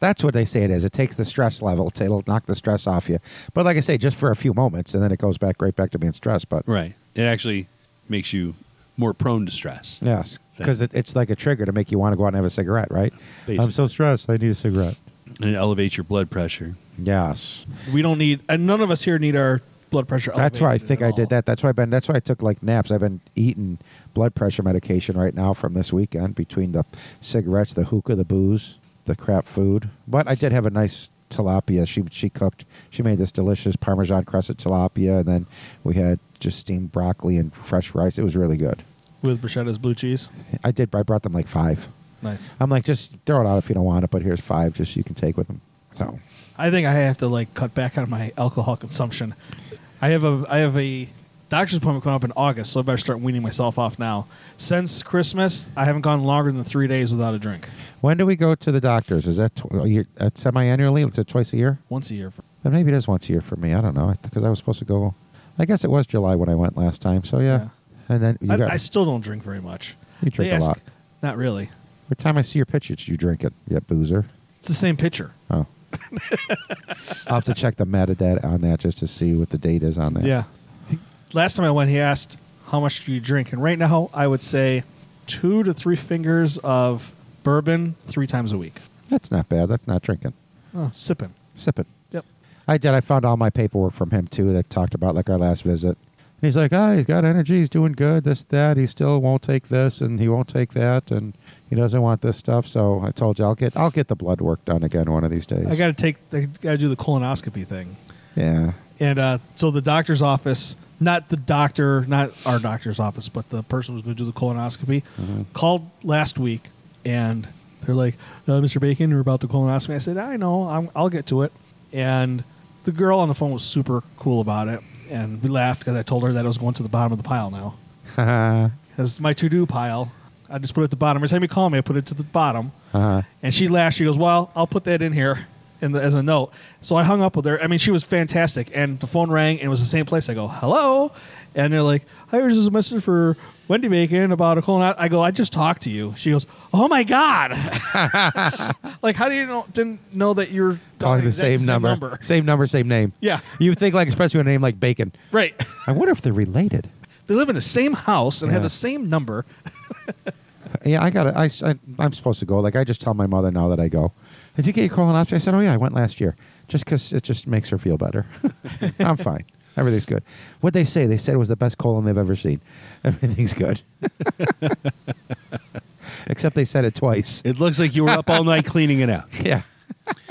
S2: That's what they say it is. It takes the stress level. to- It'll knock the stress off you. But like I say, just for a few moments, and then it goes back right back to being stressed. But
S6: Right. It actually makes you more prone to stress.
S2: yes, because it, it's like a trigger to make you want to go out and have a cigarette. Right? I'm so
S6: Basically.
S2: stressed. I need a cigarette.
S6: And it elevates your blood pressure.
S2: Yes.
S5: We don't need, and none of us here need our blood pressure.
S2: That's why I
S5: elevated
S2: think
S5: at
S2: I
S5: all.
S2: did that. That's why I've been. That's why I took like naps. I've been eating blood pressure medication right now from this weekend between the cigarettes, the hookah, the booze, the crap food. But I did have a nice tilapia. She she cooked. She made this delicious Parmesan crusted tilapia, and then we had just steamed broccoli and fresh rice. It was really good.
S5: with bruschetta's blue cheese.
S2: I did. I brought them like five.
S5: Nice.
S2: I'm like, just throw it out if you don't want it, but here's five, just so you can take with them. So
S5: I think I have to like cut back on my alcohol consumption. I have a I have a doctor's appointment coming up in August, so I better start weaning myself off now. Since Christmas, I haven't gone longer than three days without a drink.
S2: when do we go to the doctors? Is that tw- you- uh, semi-annually? Is it twice a year?
S5: Once a year. For,
S2: Then maybe it is once a year for me. I don't know because I was supposed to go. I guess it was July when I went last time. So yeah,
S5: Yeah.
S2: and then you
S5: I,
S2: got.
S5: I still don't drink very much.
S2: You drink
S5: They
S2: a
S5: ask-
S2: lot.
S5: Not really.
S2: every time I see your pictures, you drink it. Yeah, boozer.
S5: It's the same picture.
S2: Oh, I'll have to check the metadata on that just to see what the date is on that.
S5: Yeah. Last time I went, he asked, "How much do you drink?" And right now, I would say two to three fingers of bourbon three times a week.
S2: that's not bad. That's not drinking.
S5: Oh, sipping.
S2: Sipping.
S5: Yep.
S2: I did. I found all my paperwork from him too that talked about like our last visit. And he's like, oh, he's got energy. He's doing good. This, that. He still won't take this, and he won't take that, and he doesn't want this stuff. So I told you, I'll get, I'll get the blood work done again one of these days.
S5: I got to take. I got to do the colonoscopy thing.
S2: Yeah.
S5: And uh, so the doctor's office, not the doctor, not our doctor's office, but the person who's going to do the colonoscopy, called last week and they're like, uh, Mr. Bacon, you're about the colonoscopy. I said, I know, I'm, I'll get to it. And the girl on the phone was super cool about it. And we laughed because I told her that I was going to the bottom of the pile now.
S2: Uh-huh.
S5: Because my to do pile, I just put it at the bottom. Every time you call me, I put it to the bottom.
S2: Uh-huh.
S5: And she laughed. She goes, "Well, I'll put that in here in the, as a note." So I hung up with her. I mean, she was fantastic. And the phone rang, and it was the same place. I go, "Hello," and they're like, "Hi, this is a message for Wendy Bacon about a colon." I go, "I just talked to you." She goes, "Oh my god!" like, how do you know, didn't know that you're
S2: Calling the
S5: exactly
S2: same, number. Same number, same name.
S5: Yeah.
S2: You would think like especially with a name like Bacon.
S5: Right.
S2: I wonder if they're related.
S5: they live in the same house and have
S2: Yeah.
S5: the same number.
S2: Yeah, I got it. I, am supposed to go. Like I just tell my mother now that I go. Did you get your colonoscopy? I said, oh yeah, I went last year. Just because it just makes her feel better. I'm fine. Everything's good. What they say? They said it was the best colon they've ever seen. Everything's good. Except they said it twice.
S6: It looks like you were up all night cleaning it out.
S2: yeah.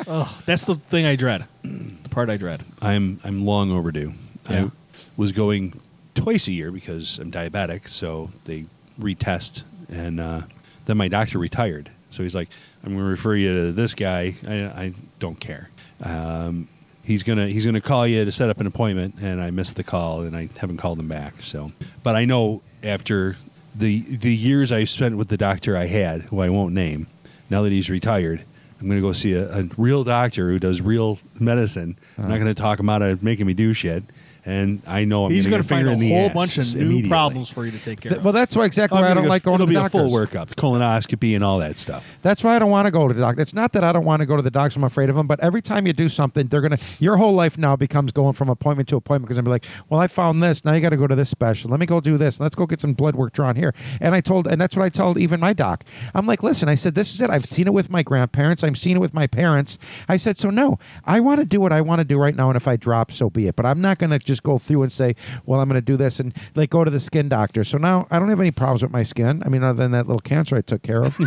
S5: Ugh, that's the thing I dread. The part I dread.
S6: I'm I'm long overdue.
S5: Yeah.
S6: I was going twice a year because I'm diabetic, so they retest, and uh, then my doctor retired, so he's like, "I'm going to refer you to this guy. I, I don't care. Um, he's gonna he's gonna call you to set up an appointment, and I missed the call, and I haven't called him back. So, but I know after the the years I spent with the doctor I had, who I won't name, now that he's retired, I'm going to go see a, a real doctor who does real medicine. I'm
S2: Uh-huh.
S6: not going to talk him out of making me do shit. And I know I'm
S5: He's
S6: going
S5: gonna
S6: to
S5: find a
S6: in the
S5: whole
S6: ass
S5: bunch of new
S6: immediately.
S5: problems for you to take care
S2: Th-
S5: of.
S2: well, that's why exactly
S6: I'm
S2: why I
S6: gonna
S2: don't
S6: go-
S2: like going
S6: it'll
S2: to the
S6: be a
S2: doctors.
S6: full workup, colonoscopy, and all that stuff.
S2: That's why I don't want to go to the doctor. It's not that I don't want to go to the doctor. I'm afraid of them. But every time you do something, they're gonna. Your whole life now becomes going from appointment to appointment because I'm like, well, I found this. Now you got to go to this special. Let me go do this. Let's go get some blood work drawn here. And I told, and that's what I told even my doc. I'm like, listen, I said this is it. I've seen it with my grandparents. I've seen it with my parents. I said, so no, I want to do what I want to do right now. And if I drop, so be it. But I'm not gonna just go through and say, well, I'm gonna do this and like go to the skin doctor. So now I don't have any problems with my skin. I mean, other than that little cancer I took care of.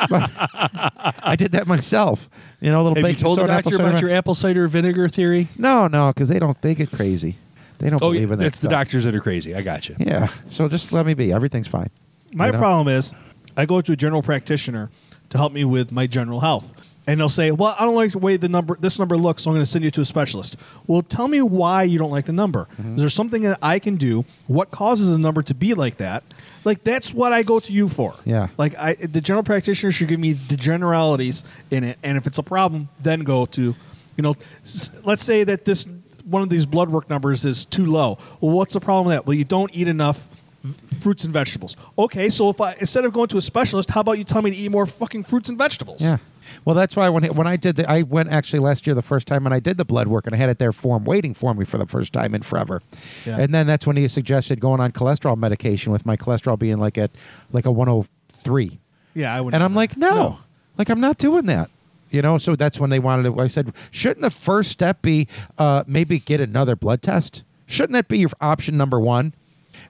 S2: I did that myself. You know, a little
S6: Have you
S2: baking
S6: told the
S2: soda, apple
S6: doctor
S2: cider
S6: about
S2: vinegar.
S6: your apple cider vinegar theory?
S2: No, no, because they don't. They get crazy. They don't
S6: Oh,
S2: believe
S6: yeah,
S2: in that.
S6: that's the
S2: stuff.
S6: doctors that are crazy. I got you.
S2: Yeah. So just let me be. Everything's fine.
S5: My
S2: You know?
S5: problem is, I go to a general practitioner to help me with my general health, and they'll say, "Well, I don't like the way the number this number looks, so I'm going to send you to a specialist." Well, tell me why you don't like the number.
S6: Mm-hmm.
S5: Is there something that I can do? What causes a number to be like that? Like that's what I go to you for.
S2: Yeah.
S5: Like I, the general practitioner should give me the generalities in it, and if it's a problem, then go to You know, s- let's say that this one of these blood work numbers is too low. Well, what's the problem with that? Well, you don't eat enough v- fruits and vegetables. Okay, so if I instead of going to a specialist, how about you tell me to eat more fucking fruits and vegetables?
S2: Yeah. Well, that's why when when I did the, I went actually last year the first time and I did the blood work and I had it there for him waiting for me for the first time in forever,
S5: Yeah.
S2: and then that's when he suggested going on cholesterol medication with my cholesterol being like at like a 103,
S5: Yeah, I would.
S2: and I'm like no, like I'm not doing that, you know. So that's when they wanted it. I said shouldn't the first step be uh, maybe get another blood test? Shouldn't that be your option number one?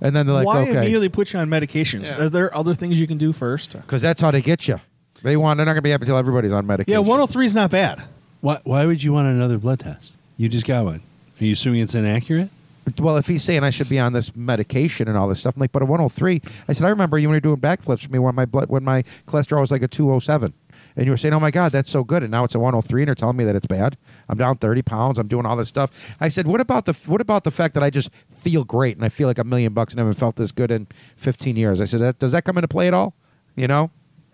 S2: And then they're like,
S5: why
S2: okay,
S5: immediately put you on medications? Are there other things you can do first?
S2: because that's how they get you. They want they're not gonna be happy until everybody's on
S5: Yeah,
S2: medication.
S5: 103 is not bad.
S6: Why, why would you want another blood test? You just got one. Are you assuming it's inaccurate?
S2: well, if he's saying I should be on this medication and all this stuff, I'm like, but a 103, I said, I remember you were doing backflips for me when my blood, when my cholesterol was like a 207. And you were saying, oh my God, that's so good. And now it's a 103 and they're telling me that it's bad. I'm down 30 pounds. I'm doing all this stuff. I said, what about the, what about the fact that I just feel great and I feel like a million bucks and haven't felt this good in 15 years? I said, that, does that come into play at all? You know?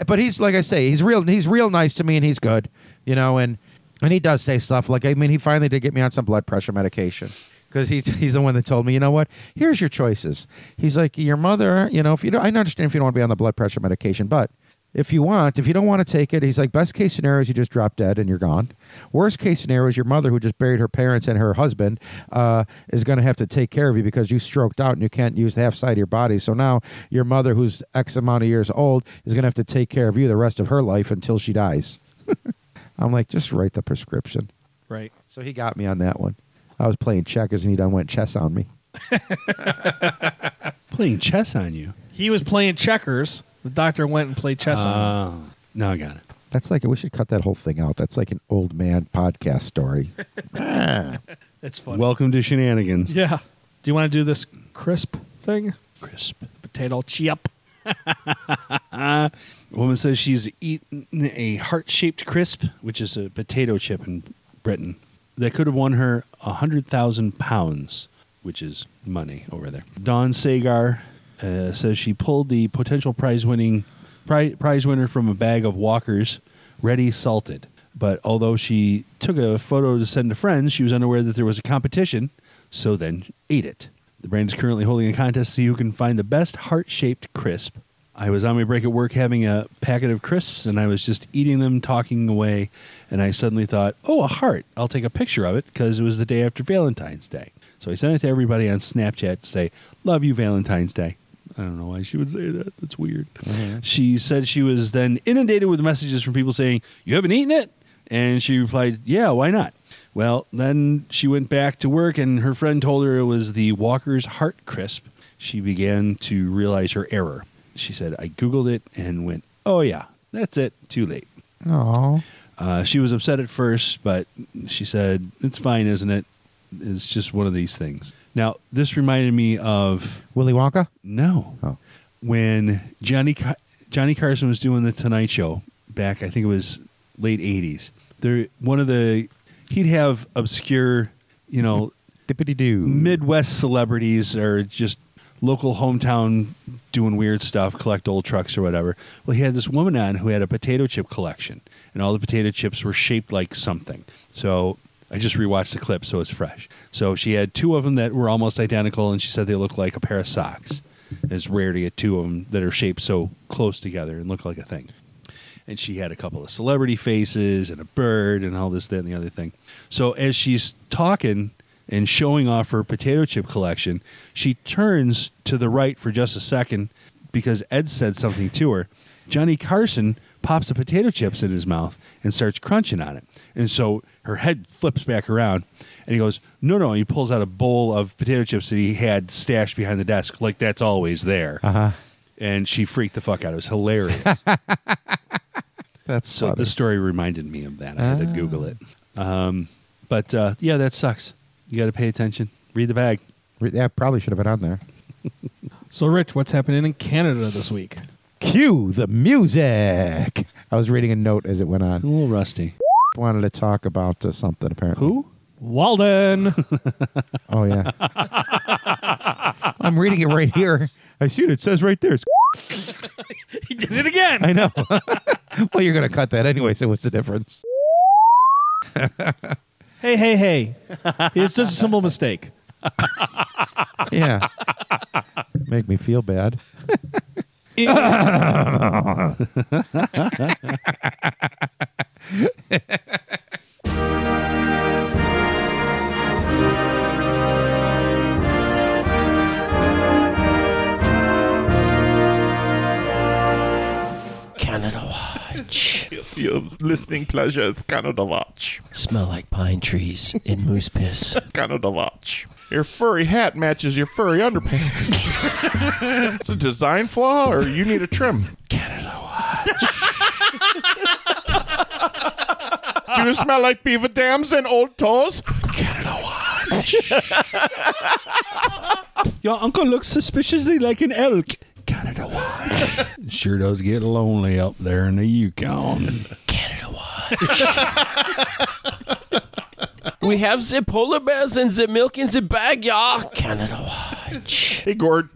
S2: But he's, like I say, he's real, he's real nice to me and he's good, you know? And, and he does say stuff like, I mean, he finally did get me on some blood pressure medication because he's he's the one that told me, you know what? Here's your choices. He's like, your mother, you know, if you don't, I understand if you don't want to be on the blood pressure medication, but if you want, if you don't want to take it, he's like, best case scenario is you just drop dead and you're gone. Worst case scenario is your mother, who just buried her parents and her husband, uh, is going to have to take care of you because you stroked out and you can't use the half side of your body. So now your mother, who's X amount of years old, is going to have to take care of you the rest of her life until she dies. I'm like, just write the prescription.
S5: Right.
S2: So he got me on that one. I was playing checkers and he done went chess on me.
S6: Playing chess on you.
S5: He was playing checkers. The doctor went and played chess on him.
S2: Uh,
S6: Oh. Now I got it.
S2: That's like we should cut that whole thing out. That's like an old man podcast story.
S5: That's funny.
S6: Welcome to shenanigans.
S5: yeah. Do you want to do this crisp thing?
S6: Crisp.
S5: Potato chip.
S6: Woman says she's eaten a heart shaped crisp, which is a potato chip in Britain, that could have won her a 100,000 pounds, which is money over there. Dawn Sagar uh, says she pulled the potential prize winning pri- prize winner from a bag of Walker's ready salted. But although she took a photo to send to friends, she was unaware that there was a competition, so then ate it. The brand is currently holding a contest to see who can find the best heart shaped crisp. I was on my break at work having a packet of crisps and I was just eating them, talking away, and I suddenly thought, oh, a heart. I'll take a picture of it because it was the day after Valentine's Day. So I sent it to everybody on Snapchat to say, love you, Valentine's Day. I don't know why she would say that. That's weird. She said she was then inundated with messages from people saying, you haven't eaten it? And she replied, yeah, why not? Well, then she went back to work and her friend told her it was the Walker's Heart Crisp. She began to realize her error. She said, I Googled it and went, oh, yeah, that's it. Too late.
S2: Oh,
S6: Uh, she was upset at first, but she said, it's fine, isn't it? It's just one of these things. Now, this reminded me of
S2: Willy Wonka.
S6: no.
S2: Oh.
S6: When Johnny Car- Johnny Carson was doing the Tonight Show back, I think it was late '80s. There, one of the he'd have obscure, you know,
S2: Dippity doo.
S6: Midwest celebrities or just local hometown doing weird stuff, collect old trucks or whatever. Well, he had this woman on who had a potato chip collection, and all the potato chips were shaped like something. So I just rewatched the clip, so it's fresh. So she had two of them that were almost identical, and she said they look like a pair of socks. It's rare to get two of them that are shaped so close together and look like a thing and she had a couple of celebrity faces and a bird and all this, that, and the other thing. So as she's talking and showing off her potato chip collection, she turns to the right for just a second because Ed said something to her. Johnny Carson pops the potato chips in his mouth and starts crunching on it. And so her head flips back around and he goes, No, no. He pulls out a bowl of potato chips that he had stashed behind the desk, like that's always there.
S2: Uh huh.
S6: And she freaked the fuck out. It was hilarious.
S2: That's
S6: So
S2: funny.
S6: the story reminded me of that. I
S4: Ah.
S6: had to Google it. Um, but uh, yeah, that sucks. You got to pay attention. Read the bag.
S2: Re- That probably should have been on there.
S5: So, Rich, what's happening in Canada this week?
S2: Cue the music. I was reading a note as it went
S6: A
S2: on.
S6: little rusty.
S2: Wanted to talk about uh, something apparently.
S6: Who?
S5: Walden.
S2: Oh yeah. I'm reading it right here. I see it. It says right there. It's
S5: he did it again.
S2: I know. well, you're going to cut that anyway, so what's the difference?
S5: hey, hey, hey, it's just a simple mistake.
S2: yeah. Make me feel bad.
S7: Canada Watch.
S8: Your listening pleasure is Canada Watch.
S7: Smell like pine trees in moose piss.
S8: Canada Watch. Your furry hat matches your furry underpants. it's a design flaw, or you need a trim. Canada Watch. Do you smell like beaver dams and old toes?
S4: Your uncle looks suspiciously like an elk. Canada Watch. sure does get lonely up there in the Yukon.
S7: Canada Watch. we have the polar bears and the milk in the bag, y'all. Canada Watch.
S8: Hey, Gord.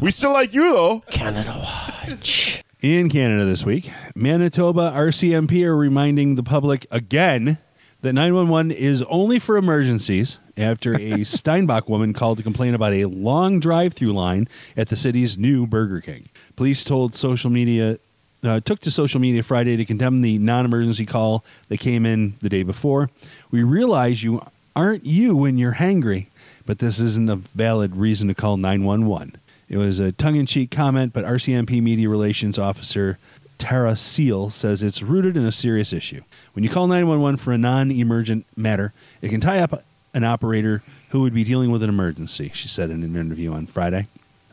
S8: we still like you, though.
S7: Canada Watch.
S6: In Canada this week, Manitoba RCMP are reminding the public again that 911 is only for emergencies after a Steinbach woman called to complain about a long drive through line at the city's new Burger King. Police told social media. Uh, took to social media Friday to condemn the non emergency call that came in the day before. We realize you aren't you when you're hangry, but this isn't a valid reason to call 911. It was a tongue in cheek comment, but RCMP media relations officer Tara Seal says it's rooted in a serious issue. When you call 911 for a non emergent matter, it can tie up an operator who would be dealing with an emergency, she said in an interview on Friday.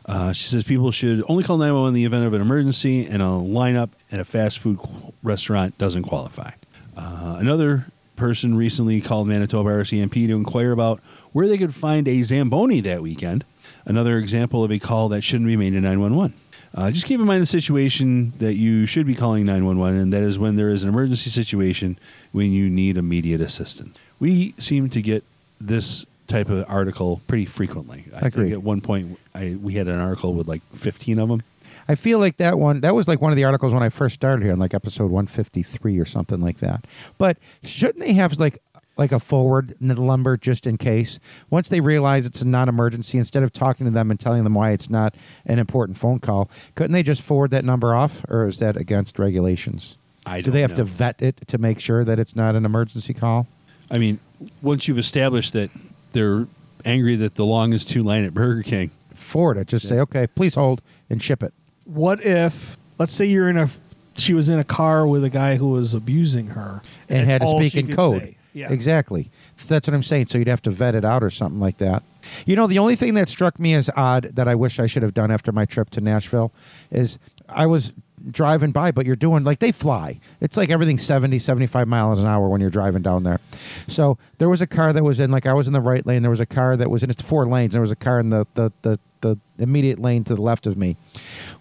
S6: Uh, she says people should only call 911 in the event of an emergency, and a lineup at a fast food qu- restaurant doesn't qualify. Uh, another person recently called Manitoba RCMP to inquire about where they could find a Zamboni that weekend. Another example of a call that shouldn't be made to 911. Uh, just keep in mind the situation that you should be calling 911, and that is when there is an emergency situation when you need immediate assistance. We seem to get this type of article pretty frequently. I
S2: Agreed.
S6: think at one point I, we had an article with like 15 of them.
S2: I feel like that one that was like one of the articles when I first started here on like episode 153 or something like that. But shouldn't they have like like a forward n- number just in case? Once they realize it's a non-emergency instead of talking to them and telling them why it's not an important phone call, couldn't they just forward that number off or is that against regulations?
S6: I
S2: Do they
S6: don't
S2: have to
S6: know.
S2: vet it to make sure that it's not an emergency call?
S6: I mean, once you've established that they're angry that the long is too line at Burger King,
S2: Forward it. Just say, "Okay, please hold and ship it."
S5: What if, let's say you're in a, she was in a car with a guy who was abusing her
S2: and,
S5: that's
S2: had to
S5: all
S2: speak
S5: she
S2: in
S5: could
S2: code.
S5: say. Yeah.
S2: Exactly. That's what I'm saying. So you'd have to vet it out or something like that. You know, the only thing that struck me as odd that I wish I should have done after my trip to Nashville is I was driving by, but you're doing like they fly. It's like everything's 70, 75 miles an hour when you're driving down there. So there was a car that was in, like I was in the right lane. There was a car that was in, it's four lanes. There was a car in the, the, the, the immediate lane to the left of me.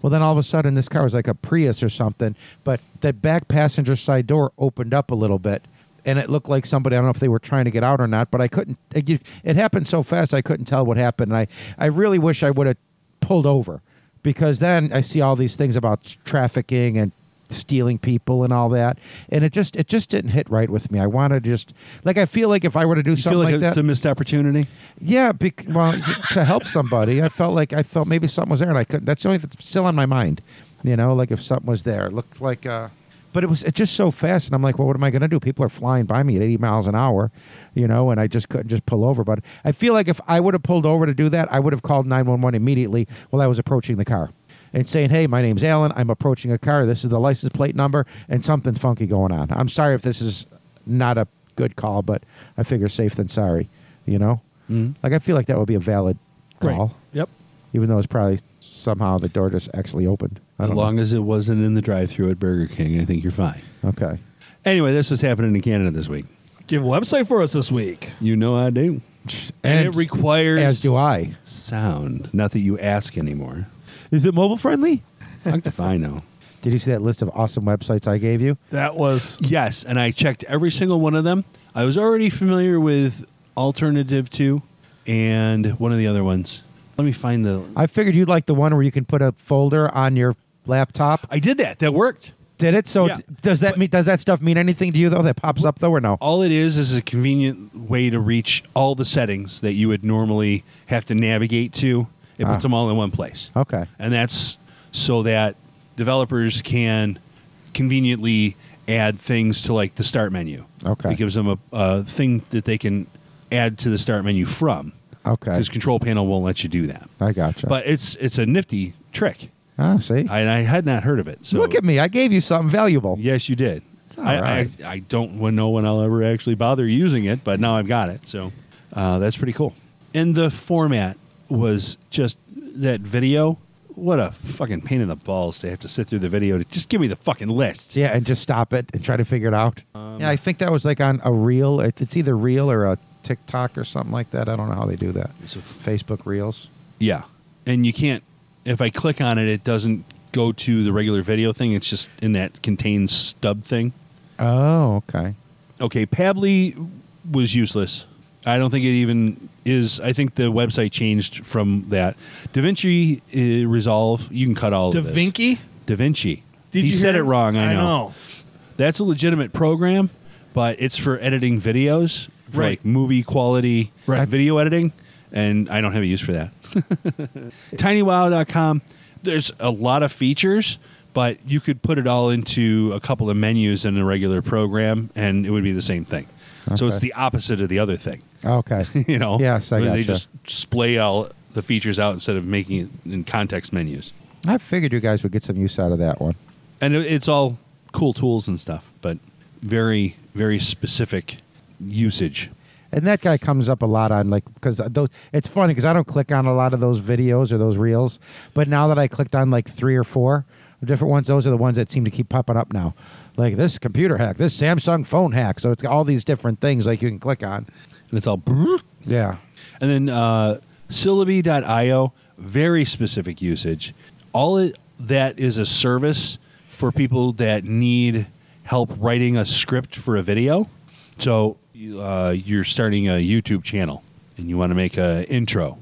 S2: Well, then all of a sudden, this car was like a Prius or something, but the back passenger side door opened up a little bit, and it looked like somebody. I don't know if they were trying to get out or not, but I couldn't. It, you- it happened so fast, I couldn't tell what happened. And I, I really wish I would have pulled over because then I see all these things about s- trafficking and stealing people and all that and it just it just didn't hit right with me i wanted to just like i feel like if i were to do
S6: you
S2: something
S6: feel like,
S2: like that
S6: it's a missed opportunity.
S2: yeah, bec- well, to help somebody, I felt like I felt maybe something was there, and I couldn't. That's the only thing that's still on my mind. You know, like if something was there, it looked like. Uh, but it was it's just so fast, and I'm like, well, what am I going to do? People are flying by me at 80 miles an hour, you know, and I just couldn't just pull over. But I feel like if I would have pulled over to do that, I would have called 911 immediately while I was approaching the car and saying, hey, my name's Alan. I'm approaching a car. This is the license plate number, and something's funky going on. I'm sorry if this is not a good call, but I figure safe than sorry, you know?
S6: Mm-hmm.
S2: Like I feel like that would be a valid call,
S5: Yep.
S2: even though it's probably somehow the door just actually opened. I
S6: As
S2: don't
S6: long as it wasn't in the drive-through at Burger King, I think you're fine.
S2: know. Okay.
S6: Anyway, this was happening in Canada this week.
S5: Give a website for us this week.
S6: You know I do. And, it requires
S2: As do I.
S6: sound. Not that you ask anymore.
S2: Is it mobile friendly?
S6: Fuck if I know.
S2: Did you see that list of awesome websites I gave you?
S5: That was
S6: Yes, and I checked every single one of them. I was already familiar with Alternative 2 and one of the other ones. Let me find the...
S2: I figured you'd like the one where you can put a folder on your laptop.
S6: I did that. That worked.
S2: did it. So
S6: Yeah.
S2: d- does that mean does that stuff mean anything to you though? That pops up though or no?
S6: All it is is a convenient way to reach all the settings that you would normally have to navigate to. It
S2: Ah.
S6: puts them all in one place.
S2: Okay.
S6: And that's so that developers can conveniently add things to like the start menu.
S2: Okay.
S6: It gives them a, a thing that they can add to the start menu from.
S2: Okay.
S6: Because control panel won't let you do that.
S2: I gotcha.
S6: But it's it's a nifty trick.
S2: ah, see,
S6: I, and I had not heard of it. So
S2: look at me. I gave you something valuable.
S6: Yes, you did. I,
S2: right.
S6: I, I don't wa- know when I'll ever actually bother using it, but now I've got it. So uh, that's pretty cool. And the format was just that video. What a fucking pain in the balls to have to sit through the video to just give me the fucking list.
S2: Yeah, and just stop it and try to figure it out.
S6: Um,
S2: yeah, I think that was like on a reel. It- It's either reel or a TikTok or something like that. I don't know how they do that.
S6: It's a f-
S2: Facebook reels.
S6: Yeah. And you can't, if I click on it, it doesn't go to the regular video thing. It's just in that contained stub thing.
S2: Oh, okay.
S6: okay, Pably was useless. I don't think it even is. I think the website changed from that. DaVinci uh, Resolve, you can cut all of this.
S5: DaVinci?
S6: DaVinci.
S5: Did
S6: he
S5: you
S6: said
S5: hear
S6: it wrong. I know.
S5: know.
S6: That's a legitimate program, but it's for editing videos, for,
S5: Right.
S6: Like movie quality
S5: Right.
S6: video editing, and I don't have a use for that. tinywow.com there's a lot of features but you could put it all into a couple of menus in a regular program and it would be the same thing so it's
S2: Okay.
S6: the opposite of the other thing
S2: Okay.
S6: you know
S2: Yes, I
S6: Where they
S2: gotcha.
S6: just display all the features out instead of making it in context menus
S2: I figured you guys would get some use out of that one.
S6: and it- it's all cool tools and stuff but very very specific usage
S2: And that guy comes up a lot on like because those. It's funny because I don't click on a lot of those videos or those reels, but now that I clicked on like three or four different ones, those are the ones that seem to keep popping up now. Like this computer hack, this Samsung phone hack. So it's got all these different things like you can click on.
S6: and it's all brrr.
S2: Yeah.
S6: And then uh, syllabi.io, very specific usage. All it, that is a service for people that need help writing a script for a video. So you, uh, you're starting a YouTube channel and you want to make an intro.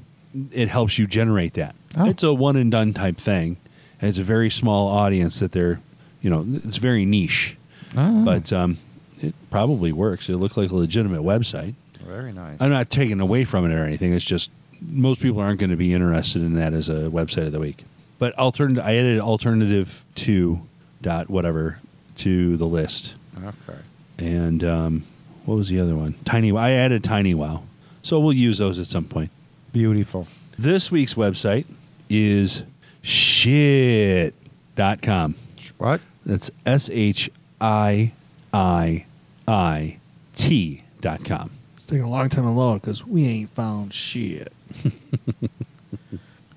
S6: It helps you generate that.
S2: Oh.
S6: It's a one and done type thing. And it's a very small audience that they're, you know, it's very niche. But um, it probably works. It looked like a legitimate website.
S2: Very nice.
S6: I'm not taking away from it or anything. It's just most people aren't going to be interested in that as a website of the week. But alternative, I added alternative to dot whatever to the list,
S2: Okay.
S6: and um, what was the other one? Tiny. I added Tiny Wow, so we'll use those at some point.
S2: Beautiful.
S6: This week's website is shit.com.
S2: What?
S6: That's S H I I I T dot com.
S5: It's taking a long time to load because we ain't found shit.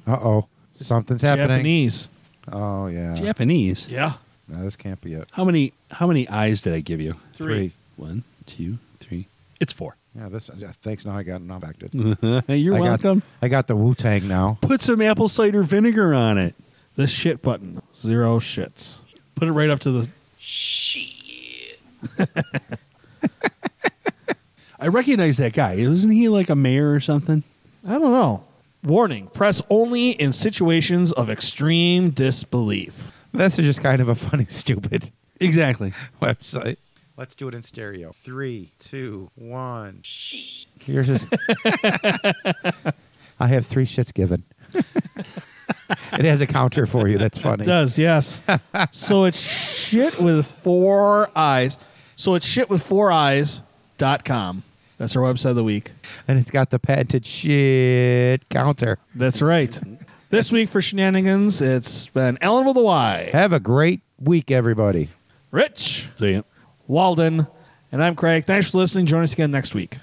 S2: Uh oh. Something's happening.
S5: Japanese.
S2: Oh yeah.
S6: Japanese.
S5: Yeah.
S2: No, this can't be it.
S6: How many how many eyes did I give you?
S2: Three.
S6: One, two, three. It's four.
S2: Yeah. This. Yeah, thanks. Now I got. Now I'm back to.
S6: You're
S2: I
S6: welcome.
S2: Got, I got the Wu Tang now.
S6: Put some apple cider vinegar on it.
S5: This shit button. Zero shits. Put it right up to the.
S6: I recognize that guy. Isn't he like a mayor or something?
S5: I don't know. Warning press only in situations of extreme disbelief.
S2: This is just kind of a funny, stupid
S6: Exactly.
S2: website. Let's do it in stereo. Three, two, one. Here's a. I have three shits given. it has a counter for you. That's funny.
S5: It does, yes. so it's shit with four eyes. So it's shit with four eyes dot com. That's our website of the week.
S2: And it's got the patented shit counter.
S5: That's right. this week for shenanigans, it's been Ellen with a Y,
S2: Have a great week, everybody.
S5: Rich
S6: So yeah.
S5: Walden, and I'm Craig. Thanks for listening. Join us again next week.